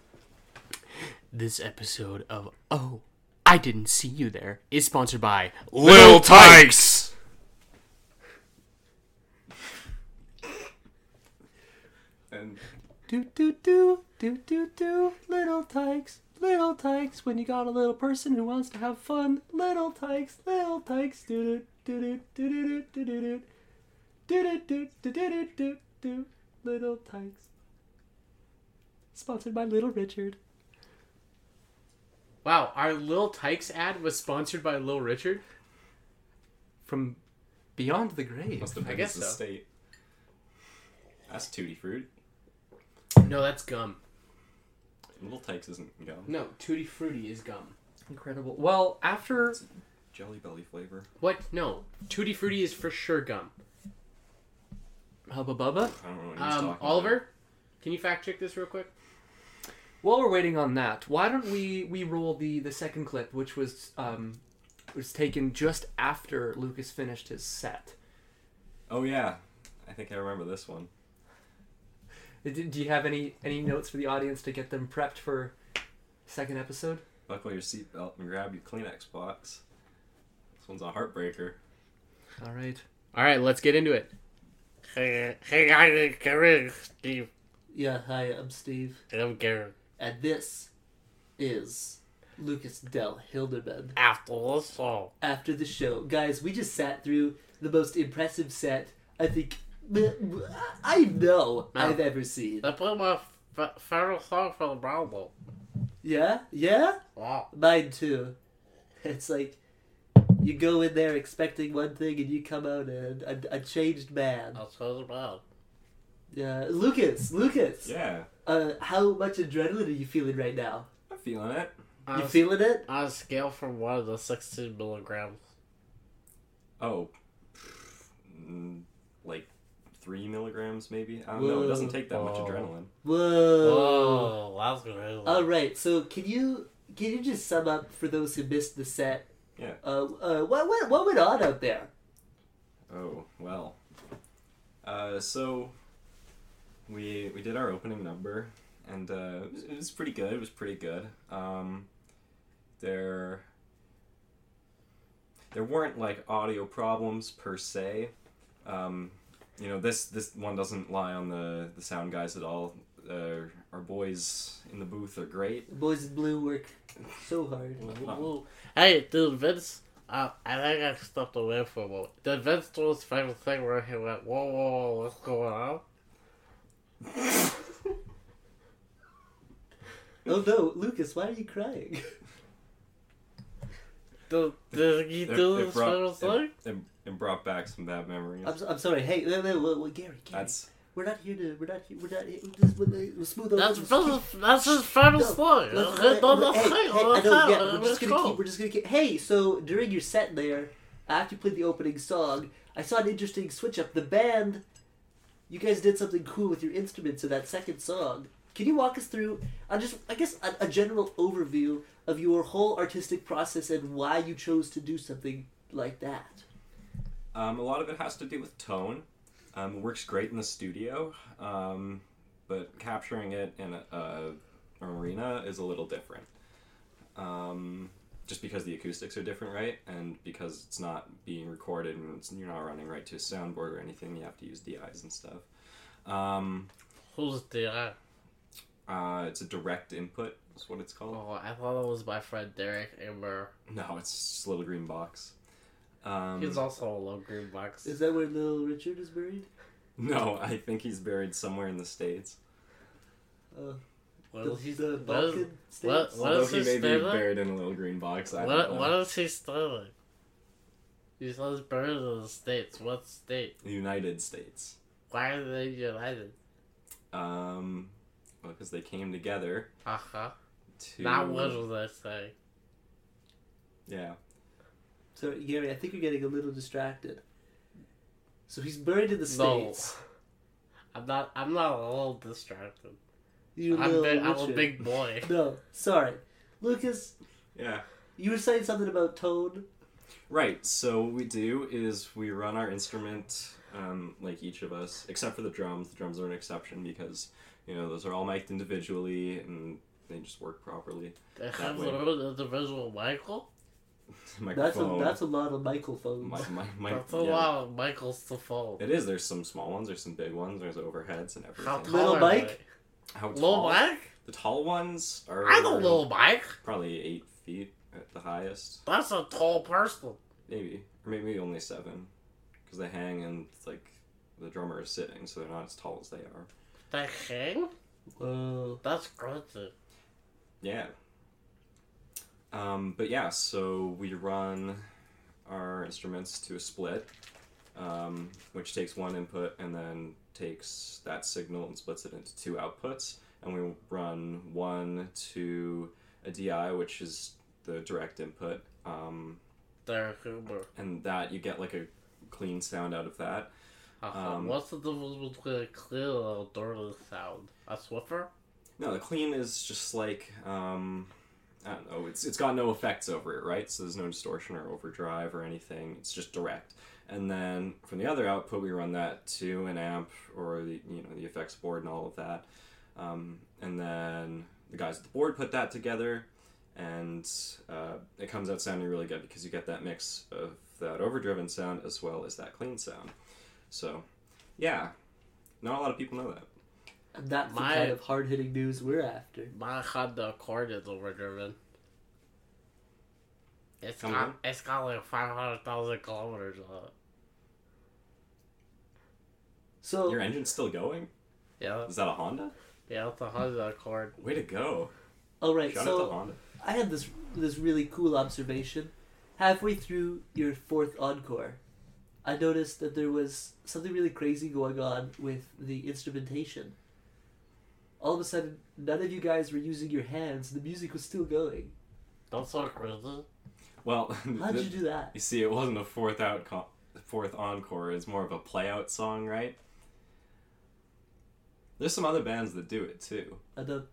Speaker 2: This episode of Oh, I Didn't See You There is sponsored by Lil Tykes.
Speaker 4: And
Speaker 3: Do do do do do do. Little tykes, little tykes. When you got a little person who wants to have fun, little tykes, little tykes. Do do do do do do do do do do do do do do do do. Little tykes. Sponsored by Little Richard.
Speaker 2: Wow, our Lil Tykes ad was sponsored by Lil Richard.
Speaker 3: from beyond the grave.
Speaker 4: must have been
Speaker 2: guess
Speaker 4: the
Speaker 2: so.
Speaker 4: state. That's Tutti Fruit.
Speaker 2: No, that's gum.
Speaker 4: Little Tykes isn't gum.
Speaker 2: No, Tutti Frutti is gum.
Speaker 3: Incredible. Well, after
Speaker 4: Jelly Belly flavor.
Speaker 2: What? No, Tutti Frutti is for sure gum.
Speaker 3: Hubba Bubba,
Speaker 4: I don't know what he's
Speaker 2: Um,
Speaker 4: talking
Speaker 2: Oliver, can you fact check this real quick?
Speaker 3: while we're waiting on that, why don't we we roll the the second clip, which was um was taken just after Lucas finished his set.
Speaker 4: about. Oh yeah, I think I remember this one.
Speaker 3: Did- Do you have any any notes for the audience to get them prepped for second episode?
Speaker 4: Buckle your seatbelt and grab your Kleenex box. This one's a heartbreaker.
Speaker 3: All right.
Speaker 2: All right, let's get into it.
Speaker 7: Hey, hey, I'm Karen, Steve.
Speaker 5: Yeah, hi, I'm Steve.
Speaker 7: I'm Karen.
Speaker 5: And this is Lucas Del Hilderman.
Speaker 7: After the song,
Speaker 5: After the show, guys, we just sat through the most impressive set I think I know I've ever seen.
Speaker 7: I put my f- favorite song from the album.
Speaker 5: Yeah, yeah,
Speaker 7: Wow.
Speaker 5: mine too. It's like you go in there expecting one thing and you come out a, a, a changed man.
Speaker 7: That's so bad.
Speaker 5: Yeah, Lucas, Lucas.
Speaker 4: Yeah,
Speaker 5: Uh, how much adrenaline are you feeling right now?
Speaker 4: I'm feeling it.
Speaker 7: On,
Speaker 5: you
Speaker 7: a-
Speaker 5: feeling it?
Speaker 7: on a scale from 1 to 16 milligrams.
Speaker 4: Oh, Mm, like three milligrams maybe. I don't know. It doesn't
Speaker 5: Whoa.
Speaker 4: take that much
Speaker 7: Whoa.
Speaker 4: adrenaline.
Speaker 5: Whoa.
Speaker 7: Whoa, that's crazy.
Speaker 5: All right. So can you can you just sum up for those who missed the set?
Speaker 4: Yeah.
Speaker 5: Uh, uh, what what what went on out there?
Speaker 4: Oh well. Uh, so we we did our opening number, and uh, it, was, it was pretty good. It was pretty good. Um, there there weren't like audio problems per se. Um, you know this this one doesn't lie on the the sound guys at all. Uh, our boys in the booth are great.
Speaker 5: The boys in blue work so hard.
Speaker 7: Whoa. Hey, dude, Vince. Uh, I think I stepped away for a moment. Did Vince do his favorite thing where he went, whoa, whoa, whoa, what's going on?
Speaker 5: Oh no, Lucas, why are you crying?
Speaker 7: Did, did he
Speaker 4: It,
Speaker 7: do
Speaker 4: it
Speaker 7: his favorite
Speaker 4: brought,
Speaker 7: thing?
Speaker 4: it, it, it brought back some bad memories.
Speaker 5: I'm, so- I'm sorry. Hey, no, no, whoa, whoa, Gary, Gary.
Speaker 4: That's
Speaker 5: We're not here to. We're not here. We're not. Here, this, we're, we're smooth.
Speaker 7: That's
Speaker 5: over-
Speaker 7: that's that's his famous
Speaker 5: No,
Speaker 7: story.
Speaker 5: Let's-
Speaker 7: Okay,
Speaker 5: let-
Speaker 7: don't
Speaker 5: let-
Speaker 7: say
Speaker 5: hey,
Speaker 7: it,
Speaker 5: hey, I
Speaker 7: okay,
Speaker 5: know, yeah,
Speaker 7: uh,
Speaker 5: we're just
Speaker 7: it's
Speaker 5: gonna
Speaker 7: cool.
Speaker 5: keep, we're just gonna keep. Hey, so during your set there, after you played the opening song, I saw an interesting switch up. The band, you guys did something cool with your instruments in that second song. Can you walk us through, uh, just I guess a, a general overview of your whole artistic process and why you chose to do something like that?
Speaker 4: Um, a lot of it has to do with tone. Um, it works great in the studio, um, but capturing it in a, a arena is a little different. Um, just because the acoustics are different, right? And because it's not being recorded and it's, you're not running right to a soundboard or anything, you have to use DIs and stuff. Um,
Speaker 7: Who's Derek?
Speaker 4: uh, it's a direct input, is what it's called.
Speaker 7: Oh, I thought it was my friend Derek Amber.
Speaker 4: No, it's just a little green box. Um,
Speaker 7: He's also a low green box.
Speaker 5: Is that where Little Richard is buried?
Speaker 4: no, I think he's buried somewhere in the States.
Speaker 5: Uh,
Speaker 7: What
Speaker 5: the,
Speaker 7: is he?
Speaker 5: the
Speaker 7: what is-
Speaker 5: Balkan
Speaker 7: what-
Speaker 5: states?
Speaker 7: what
Speaker 4: Although
Speaker 7: is
Speaker 4: he
Speaker 7: his
Speaker 4: may be
Speaker 7: favorite?
Speaker 4: buried in a little green box. I
Speaker 7: What,
Speaker 4: don't
Speaker 7: what
Speaker 4: know.
Speaker 7: is he stealing? He's not buried in the states. What state?
Speaker 4: The United States.
Speaker 7: Why are they united?
Speaker 4: Um, well, because they came together
Speaker 7: Uh huh.
Speaker 4: to.
Speaker 7: Not what was I saying?
Speaker 4: Yeah.
Speaker 5: Sorry, Gary, I think you're getting a little distracted. So he's buried in the
Speaker 7: No.
Speaker 5: states.
Speaker 7: I'm not. I'm not a little distracted.
Speaker 5: You
Speaker 7: I'm,
Speaker 5: little
Speaker 7: big, I'm a
Speaker 5: Richard.
Speaker 7: big boy.
Speaker 5: No, sorry, Lucas.
Speaker 4: Yeah.
Speaker 5: You were saying something about tone.
Speaker 4: Right. So what we do is we run our instrument, um, like each of us, except for the drums. The drums are an exception because you know those are all mic'd individually and they just work properly.
Speaker 7: They have
Speaker 4: way.
Speaker 7: their own individual Michael.
Speaker 5: That's a
Speaker 4: Microphone.
Speaker 5: that's a lot of Michael phones.
Speaker 4: mi- mi- mi-
Speaker 7: That's a
Speaker 4: yeah.
Speaker 7: lot of Michaels to fold.
Speaker 4: It is. There's some small ones. There's some big ones. There's overheads and everything.
Speaker 7: How tall
Speaker 5: Little
Speaker 7: are
Speaker 5: Mike?
Speaker 4: How
Speaker 7: they? Little Mike?
Speaker 4: The tall ones are.
Speaker 7: I know Little Mike.
Speaker 4: Probably eight feet at the highest,
Speaker 7: That's a tall person.
Speaker 4: maybe, or maybe only seven, because they hang and like the drummer is sitting, so they're not as tall as they are.
Speaker 7: That hang?
Speaker 5: Whoa.
Speaker 7: That's grunted.
Speaker 4: Yeah. Um, but yeah, so we run our instruments to a split, um, which takes one input and then takes that signal and splits it into two outputs. And we run one to a DI, which is the direct input. Um,
Speaker 7: Derek Humor.
Speaker 4: and that you get like a clean sound out of that.
Speaker 7: Uh-huh.
Speaker 4: Um,
Speaker 7: What's the difference between a clear and a dirty sound? A Swiffer?
Speaker 4: No, the clean is just like um, I don't know. It's it's got no effects over it, right? So there's no distortion or overdrive or anything. It's just direct. And then from the other output, we run that to an amp or the you know the effects board and all of that. Um, and then the guys at the board put that together, and uh, it comes out sounding really good because you get that mix of that overdriven sound as well as that clean sound. So, yeah, not a lot of people know that.
Speaker 5: And that's
Speaker 7: My-
Speaker 5: the kind of hard hitting news we're after.
Speaker 7: My Honda Accord is overdriven. It's
Speaker 4: Come
Speaker 7: got,
Speaker 4: on.
Speaker 7: it's got like 500,000 kilometers on it.
Speaker 5: So
Speaker 4: Your engine's still going.
Speaker 7: Yeah,
Speaker 4: Is that a Honda?
Speaker 7: yeah, it's a Honda Accord.
Speaker 4: Way to go.
Speaker 5: all right,
Speaker 4: Shout out to
Speaker 5: so
Speaker 4: Honda.
Speaker 5: I had this this really cool observation. Halfway through your fourth encore, I noticed that there was something really crazy going on with the instrumentation. All of a sudden, none of you guys were using your hands. The music was still going.
Speaker 7: That's so crazy.
Speaker 4: Well,
Speaker 5: How did you do that?
Speaker 4: you see, it wasn't a fourth out, con- fourth encore. It's more of a play out song, right? There's some other bands that do it too.
Speaker 5: I don't,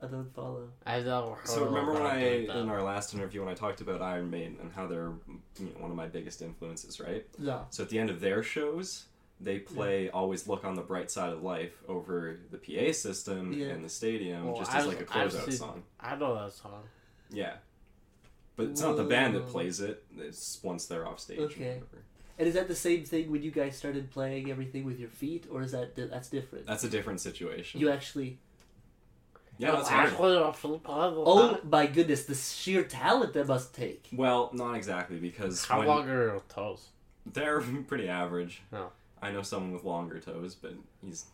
Speaker 5: I don't follow.
Speaker 7: I've never
Speaker 5: Oh,
Speaker 7: heard
Speaker 4: So
Speaker 7: of
Speaker 4: remember when
Speaker 7: that
Speaker 4: I,
Speaker 7: doing that.
Speaker 4: in our last interview, when I talked about Iron Maiden and how they're you know, one of my biggest influences, right?
Speaker 5: No.
Speaker 4: So at the end of their shows, they play "Always Look on the Bright Side of Life" over the PA system
Speaker 5: Yeah. Oh,
Speaker 4: in the stadium,
Speaker 7: Well,
Speaker 4: just as
Speaker 7: I've-
Speaker 4: like a
Speaker 7: I've
Speaker 4: closeout
Speaker 7: seen-
Speaker 4: song.
Speaker 7: I know that song.
Speaker 4: Yeah. But it's not the band that
Speaker 5: Whoa.
Speaker 4: plays it. It's once they're off stage. or
Speaker 5: Okay.
Speaker 4: whatever.
Speaker 5: And is that the same thing when you guys started playing everything with your feet, or is that that's different?
Speaker 4: That's a different situation.
Speaker 5: You actually.
Speaker 4: yeah,
Speaker 7: No,
Speaker 4: that's hard.
Speaker 7: actually, a flip on the
Speaker 5: Oh
Speaker 7: back.
Speaker 5: my goodness, the sheer talent that must take.
Speaker 4: Well, not exactly because
Speaker 7: How
Speaker 4: when-
Speaker 7: long Oh. are your toes?
Speaker 4: they're pretty average.
Speaker 7: No.
Speaker 4: I know someone with longer toes, but he's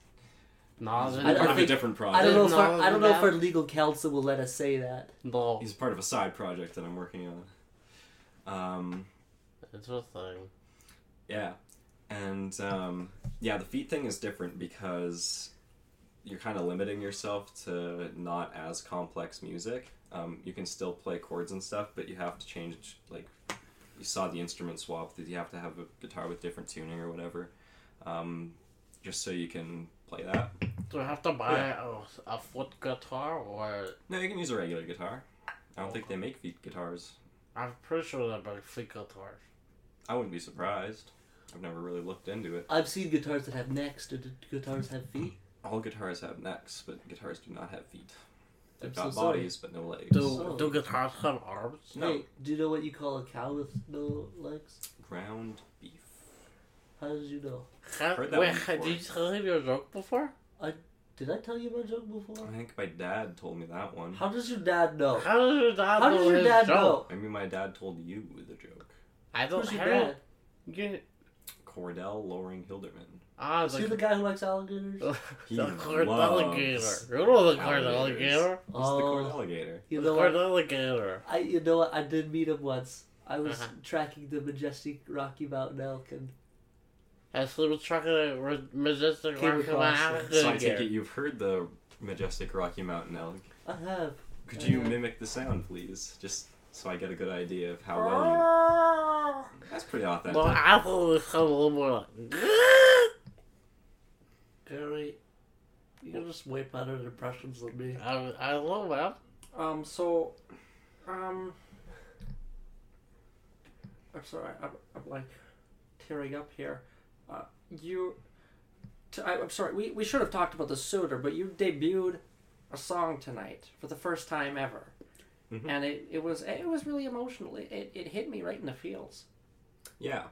Speaker 7: No,
Speaker 4: part
Speaker 5: I
Speaker 4: of
Speaker 5: think-
Speaker 4: a different
Speaker 5: I
Speaker 4: project.
Speaker 5: don't know if
Speaker 7: No,
Speaker 5: our, I don't know if
Speaker 7: no.
Speaker 5: our legal counsel will let us say that.
Speaker 7: no.
Speaker 4: He's part of a side project that I'm working on. Um,
Speaker 7: Interesting.
Speaker 4: yeah, and um, yeah, the feet thing is different because you're kind of limiting yourself to not as complex music. Um, you can still play chords and stuff, but you have to change like you saw the instrument swap that you have to have a guitar with different tuning or whatever, um, just so you can play that.
Speaker 7: Do I have to buy a, a foot guitar or?
Speaker 4: No, you can use a regular guitar. I don't think they make feet guitars.
Speaker 7: I'm pretty sure they make foot guitars.
Speaker 4: I wouldn't be surprised. I've never really looked into it.
Speaker 5: I've seen guitars that have necks. Do the guitars have feet?
Speaker 4: All guitars have necks, but guitars do not have feet. They've
Speaker 5: I'm so
Speaker 4: got
Speaker 5: sorry.
Speaker 4: bodies, but no legs.
Speaker 7: Do
Speaker 5: So-
Speaker 7: do guitars have arms?
Speaker 4: No.
Speaker 5: Hey, do you know what you call a cow with no legs?
Speaker 4: Ground beef.
Speaker 5: How did you know?
Speaker 7: Ha-
Speaker 4: Heard that
Speaker 7: Wait,
Speaker 4: one
Speaker 7: ha-
Speaker 4: before.
Speaker 7: did you tell him your joke before?
Speaker 5: Did I tell you about joke before?
Speaker 4: I think my dad told me that one.
Speaker 5: How does your dad know?
Speaker 7: How did your dad
Speaker 5: How
Speaker 7: know
Speaker 5: does your
Speaker 7: his
Speaker 5: dad
Speaker 7: joke?
Speaker 5: know?
Speaker 4: Maybe my dad told you the joke.
Speaker 7: I don't
Speaker 5: Who's your
Speaker 7: have
Speaker 5: dad?
Speaker 7: you.
Speaker 4: Cordell Loring Hilderman.
Speaker 7: Ah,
Speaker 5: Is he the
Speaker 7: the
Speaker 5: guy who likes
Speaker 4: Oh,
Speaker 5: alligators?
Speaker 7: the
Speaker 4: He
Speaker 7: cord
Speaker 4: loves
Speaker 7: alligator. You know the cord
Speaker 4: alligators.
Speaker 7: alligator.
Speaker 4: He's the
Speaker 5: Oh.
Speaker 4: Cordell alligator.
Speaker 5: You
Speaker 7: the
Speaker 5: know
Speaker 7: cord
Speaker 5: what?
Speaker 7: alligator.
Speaker 5: I you know what? I did meet him once. I was
Speaker 7: Uh-huh.
Speaker 5: tracking the majestic Rocky Mountain elk, and
Speaker 7: And so we're talking about majestic
Speaker 5: Came
Speaker 7: rock
Speaker 5: across it.
Speaker 4: So I take it
Speaker 7: alligator.
Speaker 4: you've heard the majestic Rocky Mountain elk.
Speaker 5: I have.
Speaker 4: Could you
Speaker 5: Uh.
Speaker 4: mimic the sound, please? Just so I get a good idea of how well you. That's pretty authentic.
Speaker 7: Ah. Well, I thought it sounded a little more like.
Speaker 5: Gary, you're just way better at impressions than me.
Speaker 7: I, I love that.
Speaker 3: Um. So, um. I'm sorry. I'm, I'm like tearing up here. Uh, you. T- I, I'm sorry. We we should have talked about this sooner, but you debuted a song tonight for the first time ever,
Speaker 4: Mhm.
Speaker 3: and it, it was it was really emotional. It, it it hit me right in the feels.
Speaker 4: Yeah.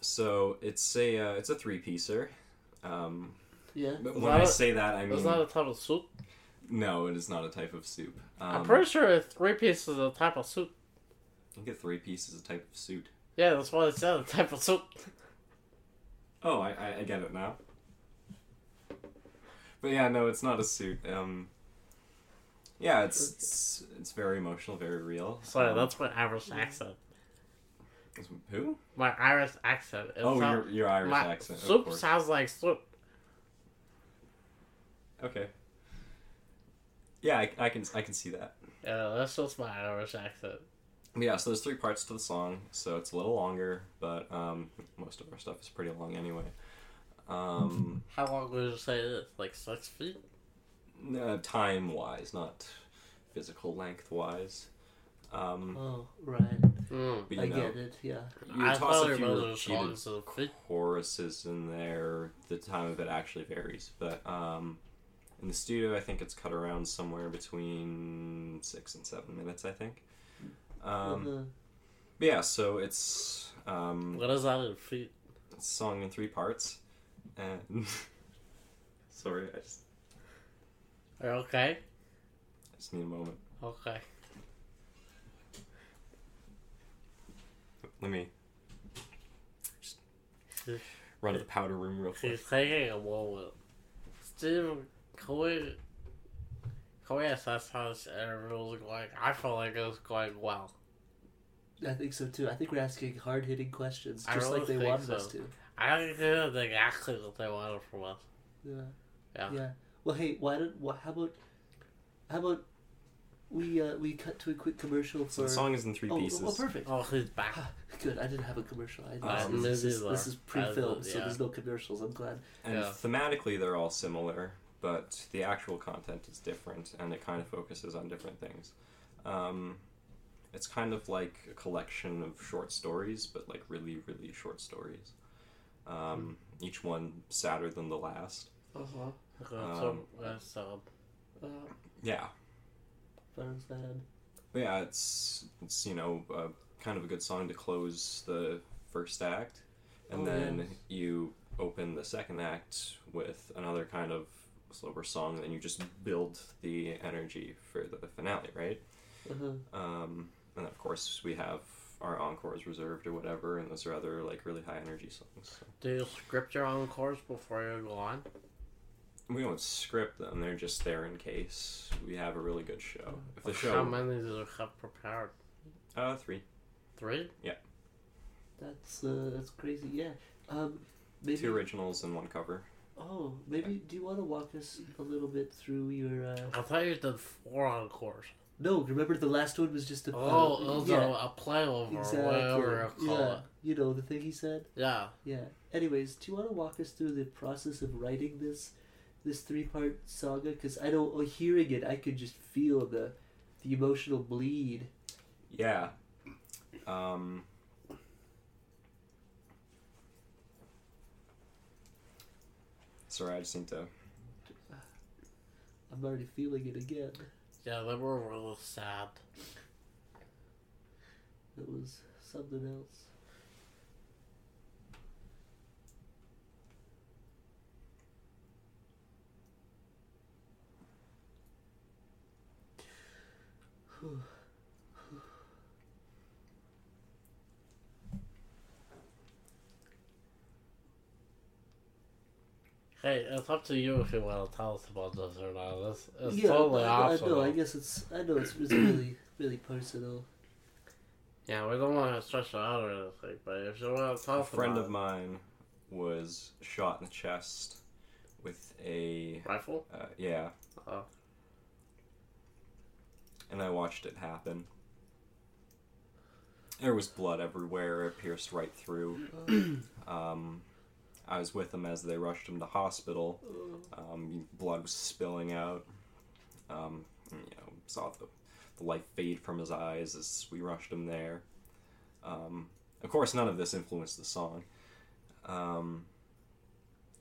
Speaker 4: So it's a uh, it's a three piecer. Um,
Speaker 5: Yeah.
Speaker 4: but
Speaker 7: Is
Speaker 4: when
Speaker 7: that
Speaker 4: I
Speaker 7: a-
Speaker 4: say that, I
Speaker 7: It's
Speaker 4: mean
Speaker 7: not a type of soup.
Speaker 4: no, it is not a type of soup. Um,
Speaker 7: I'm pretty sure a three piece is a type of soup.
Speaker 4: I think a three piece is a type of suit.
Speaker 7: Yeah, that's why it said a type of soup.
Speaker 4: Oh, I, I, I get it now. But yeah, no, it's not a suit. Um, yeah, it's it's, it's very emotional, very real.
Speaker 7: Sorry,
Speaker 4: Um,
Speaker 7: that's my Irish accent.
Speaker 4: it's- who?
Speaker 7: My Irish accent. It
Speaker 4: oh,
Speaker 7: sound-
Speaker 4: your your Irish
Speaker 7: my
Speaker 4: accent. of
Speaker 7: Soup
Speaker 4: course.
Speaker 7: sounds like soup.
Speaker 4: Okay. Yeah, I, I can I can see that.
Speaker 7: Yeah, that's just my Irish accent.
Speaker 4: But yeah, so there's three parts to the song, so it's a little longer, but um, most of our stuff is pretty long anyway. Um,
Speaker 7: How long would you say it is? Like six feet?
Speaker 4: uh, time wise, not physical length wise. Um,
Speaker 5: Oh, right.
Speaker 7: Mm.
Speaker 4: but you
Speaker 5: I
Speaker 4: know,
Speaker 5: get it. Yeah.
Speaker 4: you
Speaker 7: I
Speaker 4: toss
Speaker 7: thought
Speaker 4: a
Speaker 7: it
Speaker 4: few
Speaker 7: was
Speaker 4: repeated
Speaker 7: songs of feet.
Speaker 4: choruses in there. The time of it actually varies, but um, in the studio, I think it's cut around somewhere between six and seven minutes. I think.
Speaker 7: Mm-hmm.
Speaker 4: Um,
Speaker 5: Uh-huh.
Speaker 4: but yeah, so it's um,
Speaker 7: What is that in feet?
Speaker 4: It's sung in three parts. And sorry, I just,
Speaker 7: Are you okay?
Speaker 4: I just need a moment.
Speaker 7: Okay.
Speaker 4: Let me just run to the powder room real quick.
Speaker 7: He's taking a moment. Steve, can we, can we assess how this interview was going? I feel like it was going well.
Speaker 5: I think so too. I think we're asking hard hitting questions,
Speaker 7: I
Speaker 5: just
Speaker 7: really
Speaker 5: like they
Speaker 7: think
Speaker 5: wanted us
Speaker 7: so.
Speaker 5: to.
Speaker 7: I don't think they actually what they wanted from us.
Speaker 5: Yeah.
Speaker 7: Yeah.
Speaker 5: Yeah. Well, hey, why don't? Wh- how about? How about? We uh, we cut to a quick commercial
Speaker 4: So
Speaker 5: for.
Speaker 4: the song is in three
Speaker 5: oh,
Speaker 4: pieces.
Speaker 5: oh, perfect.
Speaker 7: Oh, Um, he's back.
Speaker 5: Ah, Good. I didn't have a commercial. I
Speaker 4: Uh,
Speaker 5: this, is- this is,
Speaker 7: maybe
Speaker 5: this is
Speaker 7: there. I don't-
Speaker 5: pre-filmed, so
Speaker 7: yeah.
Speaker 5: there's no commercials. I'm glad.
Speaker 4: and
Speaker 7: yeah.
Speaker 4: thematically, they're all similar, but the actual content is different, and it kind of focuses on different things. Um, it's kind of like a collection of short stories, but like really, really short stories. Um, each one sadder than the last.
Speaker 5: Uh-huh.
Speaker 4: Um,
Speaker 7: So, uh, so,
Speaker 5: Uh
Speaker 4: Yeah,
Speaker 5: Fun sad.
Speaker 4: But yeah, it's it's you know uh, kind of a good song to close the first act, and
Speaker 5: Oh,
Speaker 4: then
Speaker 5: yes.
Speaker 4: you open the second act with another kind of slower song. Then you just build the energy for the finale, right?
Speaker 5: Uh-huh.
Speaker 4: Um, and of course we have our encores reserved or whatever, and those are other like really high energy songs. So
Speaker 7: do you script your own course before you go on?
Speaker 4: we don't script them; they're just there in case we have a really good show. If the
Speaker 7: How
Speaker 4: show
Speaker 7: many do you have prepared?
Speaker 4: uh three
Speaker 7: Three?
Speaker 5: That's uh, that's crazy. Yeah. Um, maybe.
Speaker 4: two originals and one cover.
Speaker 5: Oh, maybe. Do you want to walk us a little bit through your? Uh...
Speaker 7: I thought you did four on course.
Speaker 5: No, remember the last one was just a.
Speaker 7: Oh,
Speaker 5: uh,
Speaker 7: it was
Speaker 5: yeah,
Speaker 7: a, a playover,
Speaker 5: exactly.
Speaker 7: or whatever you call
Speaker 5: yeah,
Speaker 7: it.
Speaker 5: you know the thing he said.
Speaker 7: Yeah.
Speaker 5: Yeah. Anyways, do you want to walk us through the process of writing this, this three part saga? Because I know oh, hearing it, I could just feel the the emotional bleed.
Speaker 4: Yeah. Um, sorry, I just need to.
Speaker 5: I'm already feeling it again.
Speaker 7: Yeah, they were really sad.
Speaker 5: It was something else.
Speaker 7: Hey, it's up to you if you want to tell us about this or not. It's, it's
Speaker 5: yeah,
Speaker 7: totally
Speaker 5: I, I
Speaker 7: optional.
Speaker 5: know. I guess it's. I know it's, it's really, really personal.
Speaker 7: Yeah, we don't want to stretch it out or anything, but if you want to tell
Speaker 4: A
Speaker 7: us
Speaker 4: friend
Speaker 7: about
Speaker 4: of mine was shot in the chest with a
Speaker 7: it. rifle,
Speaker 4: uh, yeah.
Speaker 7: Oh.
Speaker 4: And I watched it happen. There was blood everywhere. It pierced right through. um, I was with them as they rushed him to hospital. Um, blood was spilling out. Um, you know, saw the, the light fade from his eyes as we rushed him there. Um, of course, none of this influenced the song. Um,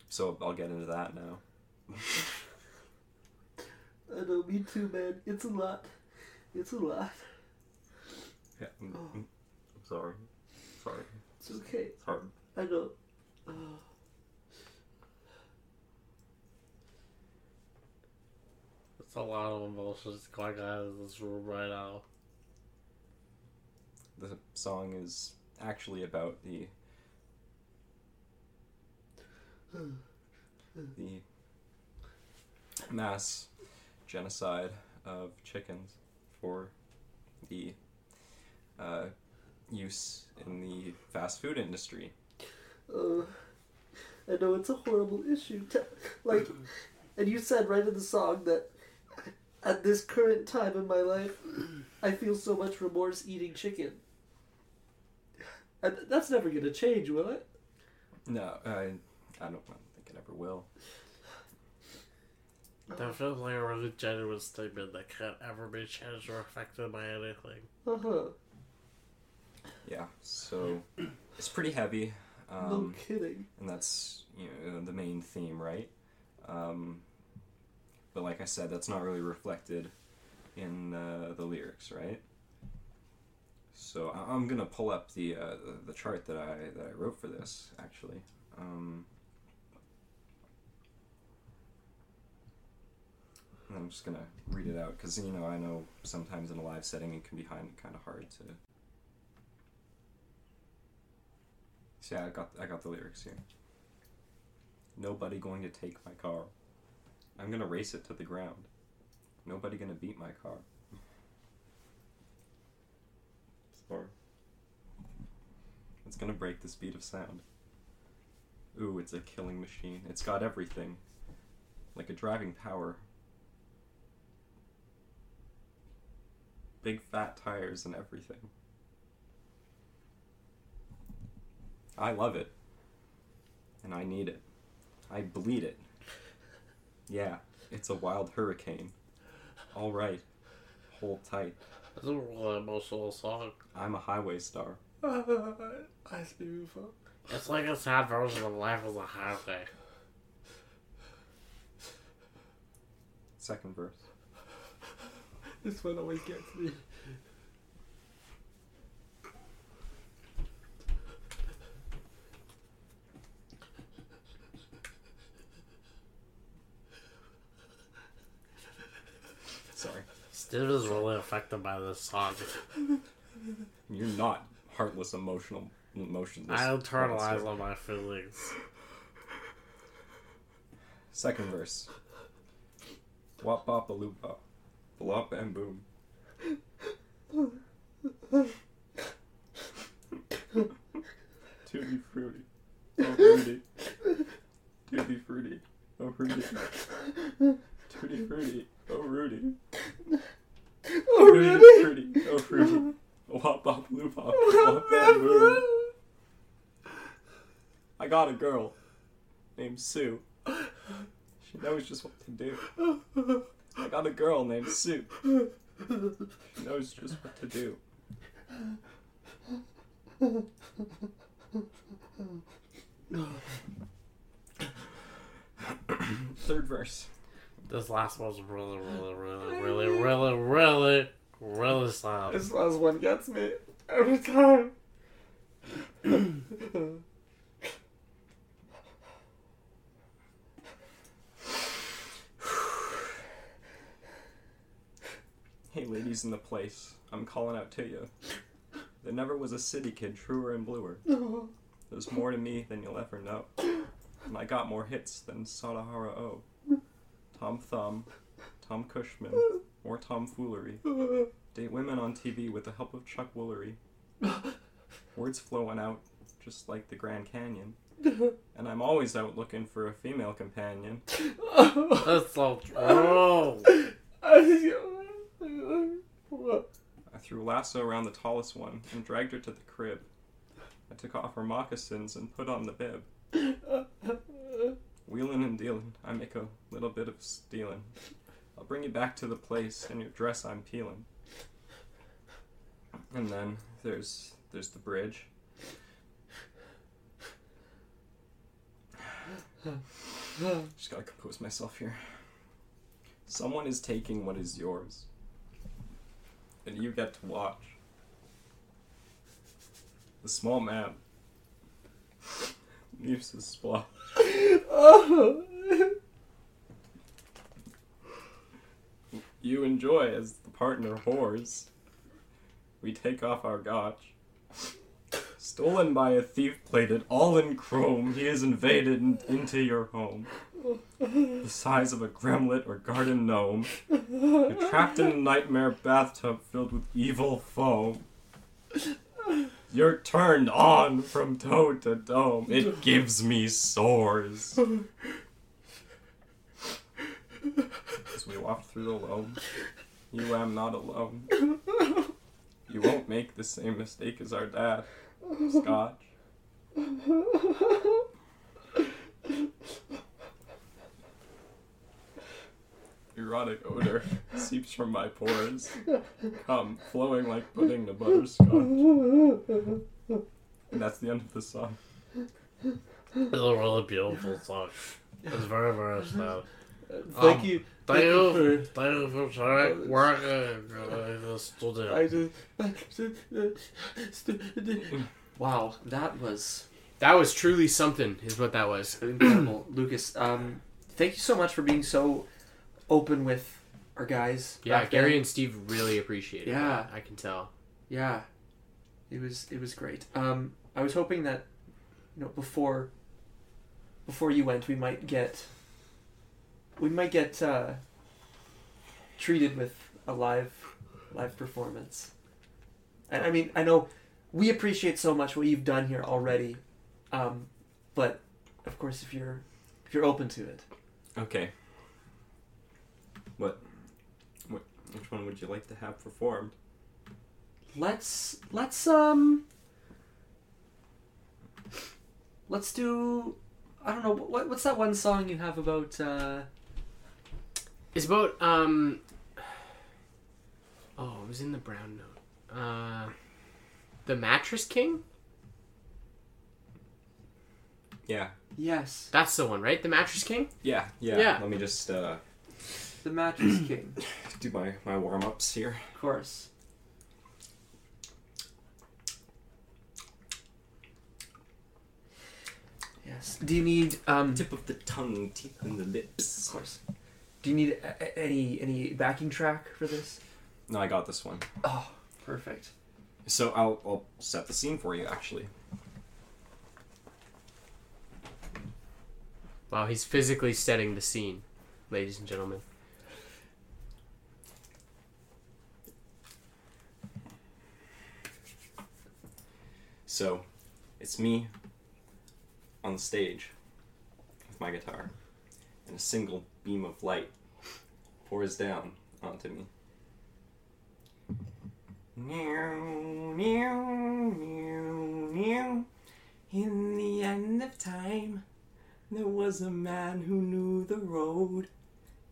Speaker 4: so I'll get into that now.
Speaker 5: I know. Me too, man. It's a lot. It's a lot.
Speaker 4: Yeah. I'm, Mm, I'm sorry. Sorry.
Speaker 5: It's okay.
Speaker 4: It's hard.
Speaker 5: I know. Uh,
Speaker 7: it's a lot of emotions going on in this room right now.
Speaker 4: The song is actually about the the mass genocide of chickens for the uh, use in the fast food industry.
Speaker 5: Uh, I know it's a horrible issue. To, like, and you said right in the song that at this current time in my life, I feel so much remorse eating chicken. And that's never gonna change, will it?
Speaker 4: No, I, I don't, I don't think it ever will.
Speaker 7: That feels like a really genuine statement that can't ever be changed or affected by anything.
Speaker 5: Uh huh.
Speaker 4: Yeah, so it's pretty heavy. Um,
Speaker 5: no kidding.
Speaker 4: and that's you know the main theme, right? Um, but like I said, that's not really reflected in uh, the lyrics, right? So I- I'm gonna pull up the uh, the- the chart that I that I wrote for this actually. Um, and I'm just gonna read it out because you know I know sometimes in a live setting it can be kind kind of hard to. See, I got I got the lyrics here. Nobody going to take my car. I'm gonna race it to the ground. Nobody gonna beat my car. Sorry. It's gonna break the speed of sound. Ooh, it's a killing machine. It's got everything. Like a driving power. Big fat tires and everything. I love it. And I need it. I bleed it. Yeah, it's a wild hurricane. All right. Hold tight.
Speaker 7: It's a really emotional song.
Speaker 4: I'm a highway star.
Speaker 3: That's beautiful.
Speaker 7: It's like a sad version of Life as a Highway.
Speaker 4: Second verse.
Speaker 3: This one always gets me.
Speaker 4: Sorry.
Speaker 7: Steve is really affected by this song.
Speaker 4: You're not heartless, emotional, emotionless.
Speaker 7: I internalize
Speaker 4: monster.
Speaker 7: all my feelings.
Speaker 4: Second verse. Wop bop a loop bop. Blop and boom. Tutti fruity. Oh fruity. Tutti fruity. Oh fruity. Tutti fruity. Oh Rudy.
Speaker 5: Oh,
Speaker 4: Fruity fruity. Oh fruity. Wop bop loop bop. Blop and boom. I got a girl named Sue. She knows just what to do. I got a girl named Sue. She knows just what to do. Third verse.
Speaker 7: This last one's really, really, really, really, really, really, really slow.
Speaker 4: This last one gets me every time. hey, ladies in the place, I'm calling out to you. There never was a city kid truer and bluer. There's more to me than you'll ever know. And I got more hits than Sadahara O. Tom Thumb, Tom Cushman, more tomfoolery. Date women on TV with the help of Chuck Woolery. Words flowing out just like the Grand Canyon. And I'm always out looking for a female companion.
Speaker 7: That's so true.
Speaker 4: I threw lasso around the tallest one and dragged her to the crib. I took off her moccasins and put on the bib. Wheeling and dealing, I make a little bit of stealing. I'll bring you back to the place and your dress I'm peeling. And then there's there's the bridge. Just gotta compose myself here. Someone is taking what is yours. And you get to watch. The small man leaves his spot. You enjoy as the partner whores. We take off our gotch. Stolen by a thief plated all in chrome, he has invaded in- into your home. The size of a gremlet or garden gnome. You're trapped in a nightmare bathtub filled with evil foam. You're turned on from toe to dome. It gives me sores. As we walk through the loam, you am not alone. You won't make the same mistake as our dad. Scotch. Erotic odor seeps from my pores. Come, flowing like pudding to butterscotch. And that's the end of the song.
Speaker 7: It's a really beautiful song. It's very, very slow.
Speaker 8: Thank
Speaker 7: Um,
Speaker 8: you.
Speaker 7: Thank you,
Speaker 8: for-
Speaker 7: thank you for trying working in the
Speaker 8: I
Speaker 7: studio.
Speaker 8: just.
Speaker 5: Wow, that was
Speaker 2: That was truly something, is what that was.
Speaker 5: incredible, Lucas. Um, thank you so much for being so open with our guys.
Speaker 2: Yeah,
Speaker 5: back then.
Speaker 2: Gary and Steve really appreciated it.
Speaker 5: Yeah.
Speaker 2: I can tell.
Speaker 5: Yeah, it was it was great. Um, I was hoping that you know before before you went, we might get we might get uh, treated with a live live performance. And I mean, I know we appreciate so much what you've done here already, um, but of course, if you're if you're open to it,
Speaker 4: Okay. What? What? Which one would you like to have performed?
Speaker 5: let's let's um let's do i don't know what, what's that one song you have about uh
Speaker 2: It's about um. Oh, it was in the brown note. Uh, the mattress king.
Speaker 4: Yeah.
Speaker 5: yes
Speaker 2: That's the one, right? The mattress king.
Speaker 4: Yeah. Yeah.
Speaker 2: Yeah.
Speaker 4: Let me just uh,
Speaker 5: the mattress king
Speaker 4: do my my warm ups here.
Speaker 5: of course yes do you need um
Speaker 4: Tip of the tongue, teeth in the lips.
Speaker 5: of course do you need a- a- any any backing track for this
Speaker 4: No, I got this one.
Speaker 5: oh perfect
Speaker 4: So I'll I'll set the scene for you actually.
Speaker 2: Wow, he's physically setting the scene, ladies and gentlemen.
Speaker 4: So, it's me on the stage with my guitar, and a single beam of light pours down onto me. Meow, meow, meow, meow. In the end of time,
Speaker 9: There was a man who knew the road,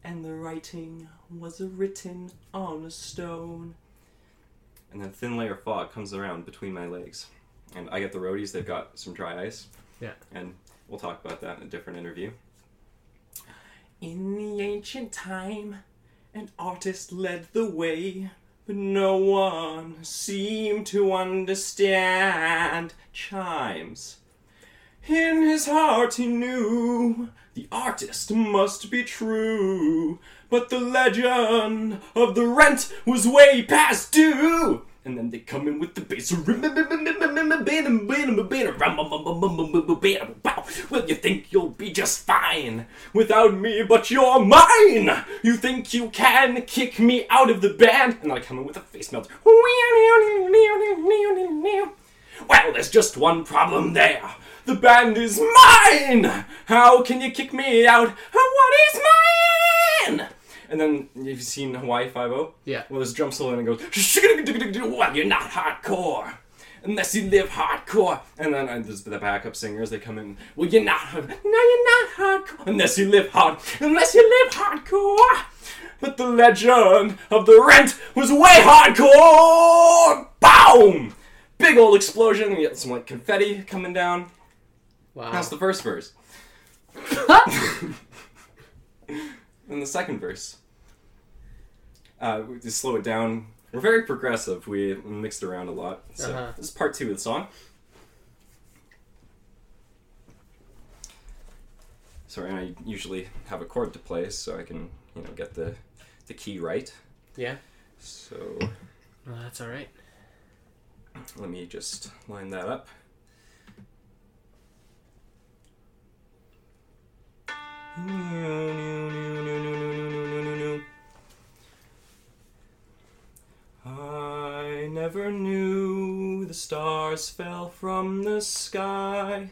Speaker 9: and the writing was written on a stone.
Speaker 4: and then thin layer of fog comes around between my legs. And I get the roadies, they've got some dry ice.
Speaker 2: Yeah.
Speaker 4: And we'll talk about that in a different interview.
Speaker 9: In the ancient time, an artist led the way, but no one seemed to understand chimes. In his heart he knew the artist must be true, but the legend of the rent was way past due. And then they come in with the bass. Well, you think you'll be just fine without me, but you're mine. You think you can kick me out of the band? And then I come in with a face melt. Well, there's just one problem there. The band is mine! How can you kick me out? What is mine?
Speaker 4: And then you've seen Hawaii Five O.
Speaker 2: Yeah.
Speaker 4: Well, this drum solo and it goes. Well, you're not hardcore unless you live hardcore. And then uh, there's the backup singers. They come in. Well, you're not. hard- No, you're not hardcore unless you live hard. Unless you live hardcore. But the legend of the rent was way hardcore. Boom! Big old explosion. We get some like confetti coming down.
Speaker 2: Wow.
Speaker 4: That's the first verse. and the second verse. Uh, we just slow it down. We're very progressive. We mixed around a lot. So
Speaker 2: Uh-huh.
Speaker 4: this is part two of the song. Sorry, and I usually have a chord to play so I can, you know, get the the key right.
Speaker 2: Yeah.
Speaker 4: So
Speaker 2: Well, Oh, that's all right.
Speaker 4: let me just line that up. I never knew the stars fell from the sky.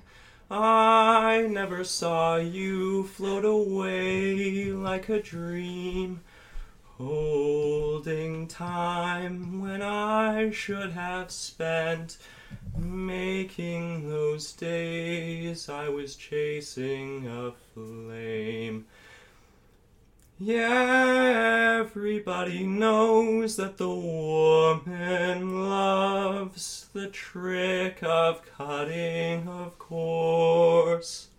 Speaker 4: I never saw you float away like a dream. Holding time when I should have spent making those days I was chasing a flame. Yeah, everybody knows that the woman loves the trick of cutting, of course.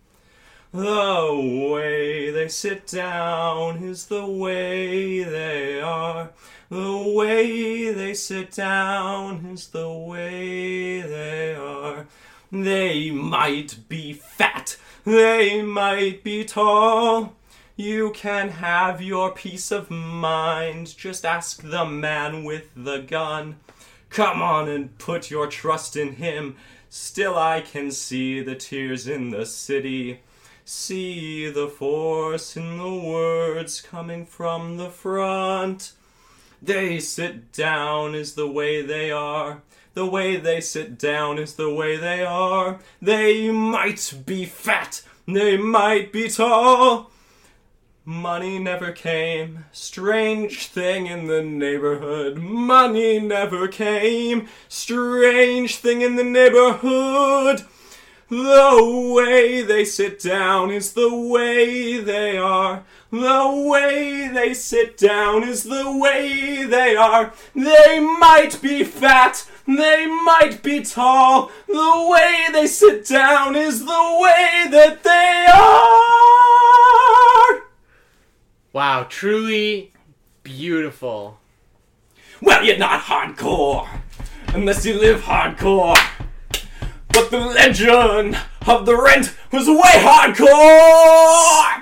Speaker 4: The way they sit down is the way they are. The way they sit down is the way they are. They might be fat, they might be tall. You can have your peace of mind, just ask the man with the gun. Come on and put your trust in him. Still, I can see the tears in the city. See the force in the words coming from the front. They sit down is the way they are. The way they sit down is the way they are. They might be fat, they might be tall. Money never came. Strange thing in the neighborhood. Money never came. Strange thing in the neighborhood. The way they sit down is the way they are. The way they sit down is the way they are. They might be fat, they might be tall. The way they sit down is the way that they are.
Speaker 2: Wow, truly beautiful.
Speaker 4: Well, you're not hardcore unless you live hardcore. But the legend of the rent was way hardcore.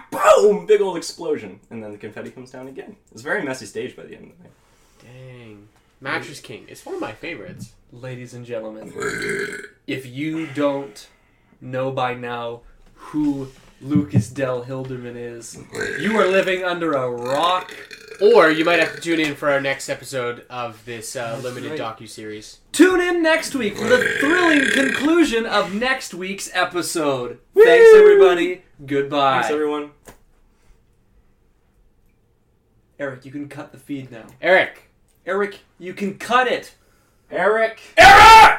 Speaker 4: Boom! Big old explosion, and then the confetti comes down again. It's a very messy stage by the end of the night.
Speaker 2: Dang. Mattress King. It's one of my favorites.
Speaker 3: Ladies and gentlemen, if you don't know by now who Lucas Del Hilderman is, you are living under a rock.
Speaker 2: Or you might have to tune in for our next episode of this uh, limited
Speaker 3: right.
Speaker 2: docu series.
Speaker 3: Tune in next week for the thrilling conclusion of next week's episode. Thanks, everybody. Goodbye.
Speaker 4: Thanks, everyone.
Speaker 3: Eric, you can cut the feed now.
Speaker 2: Eric.
Speaker 3: Eric, you can cut it.
Speaker 4: Eric.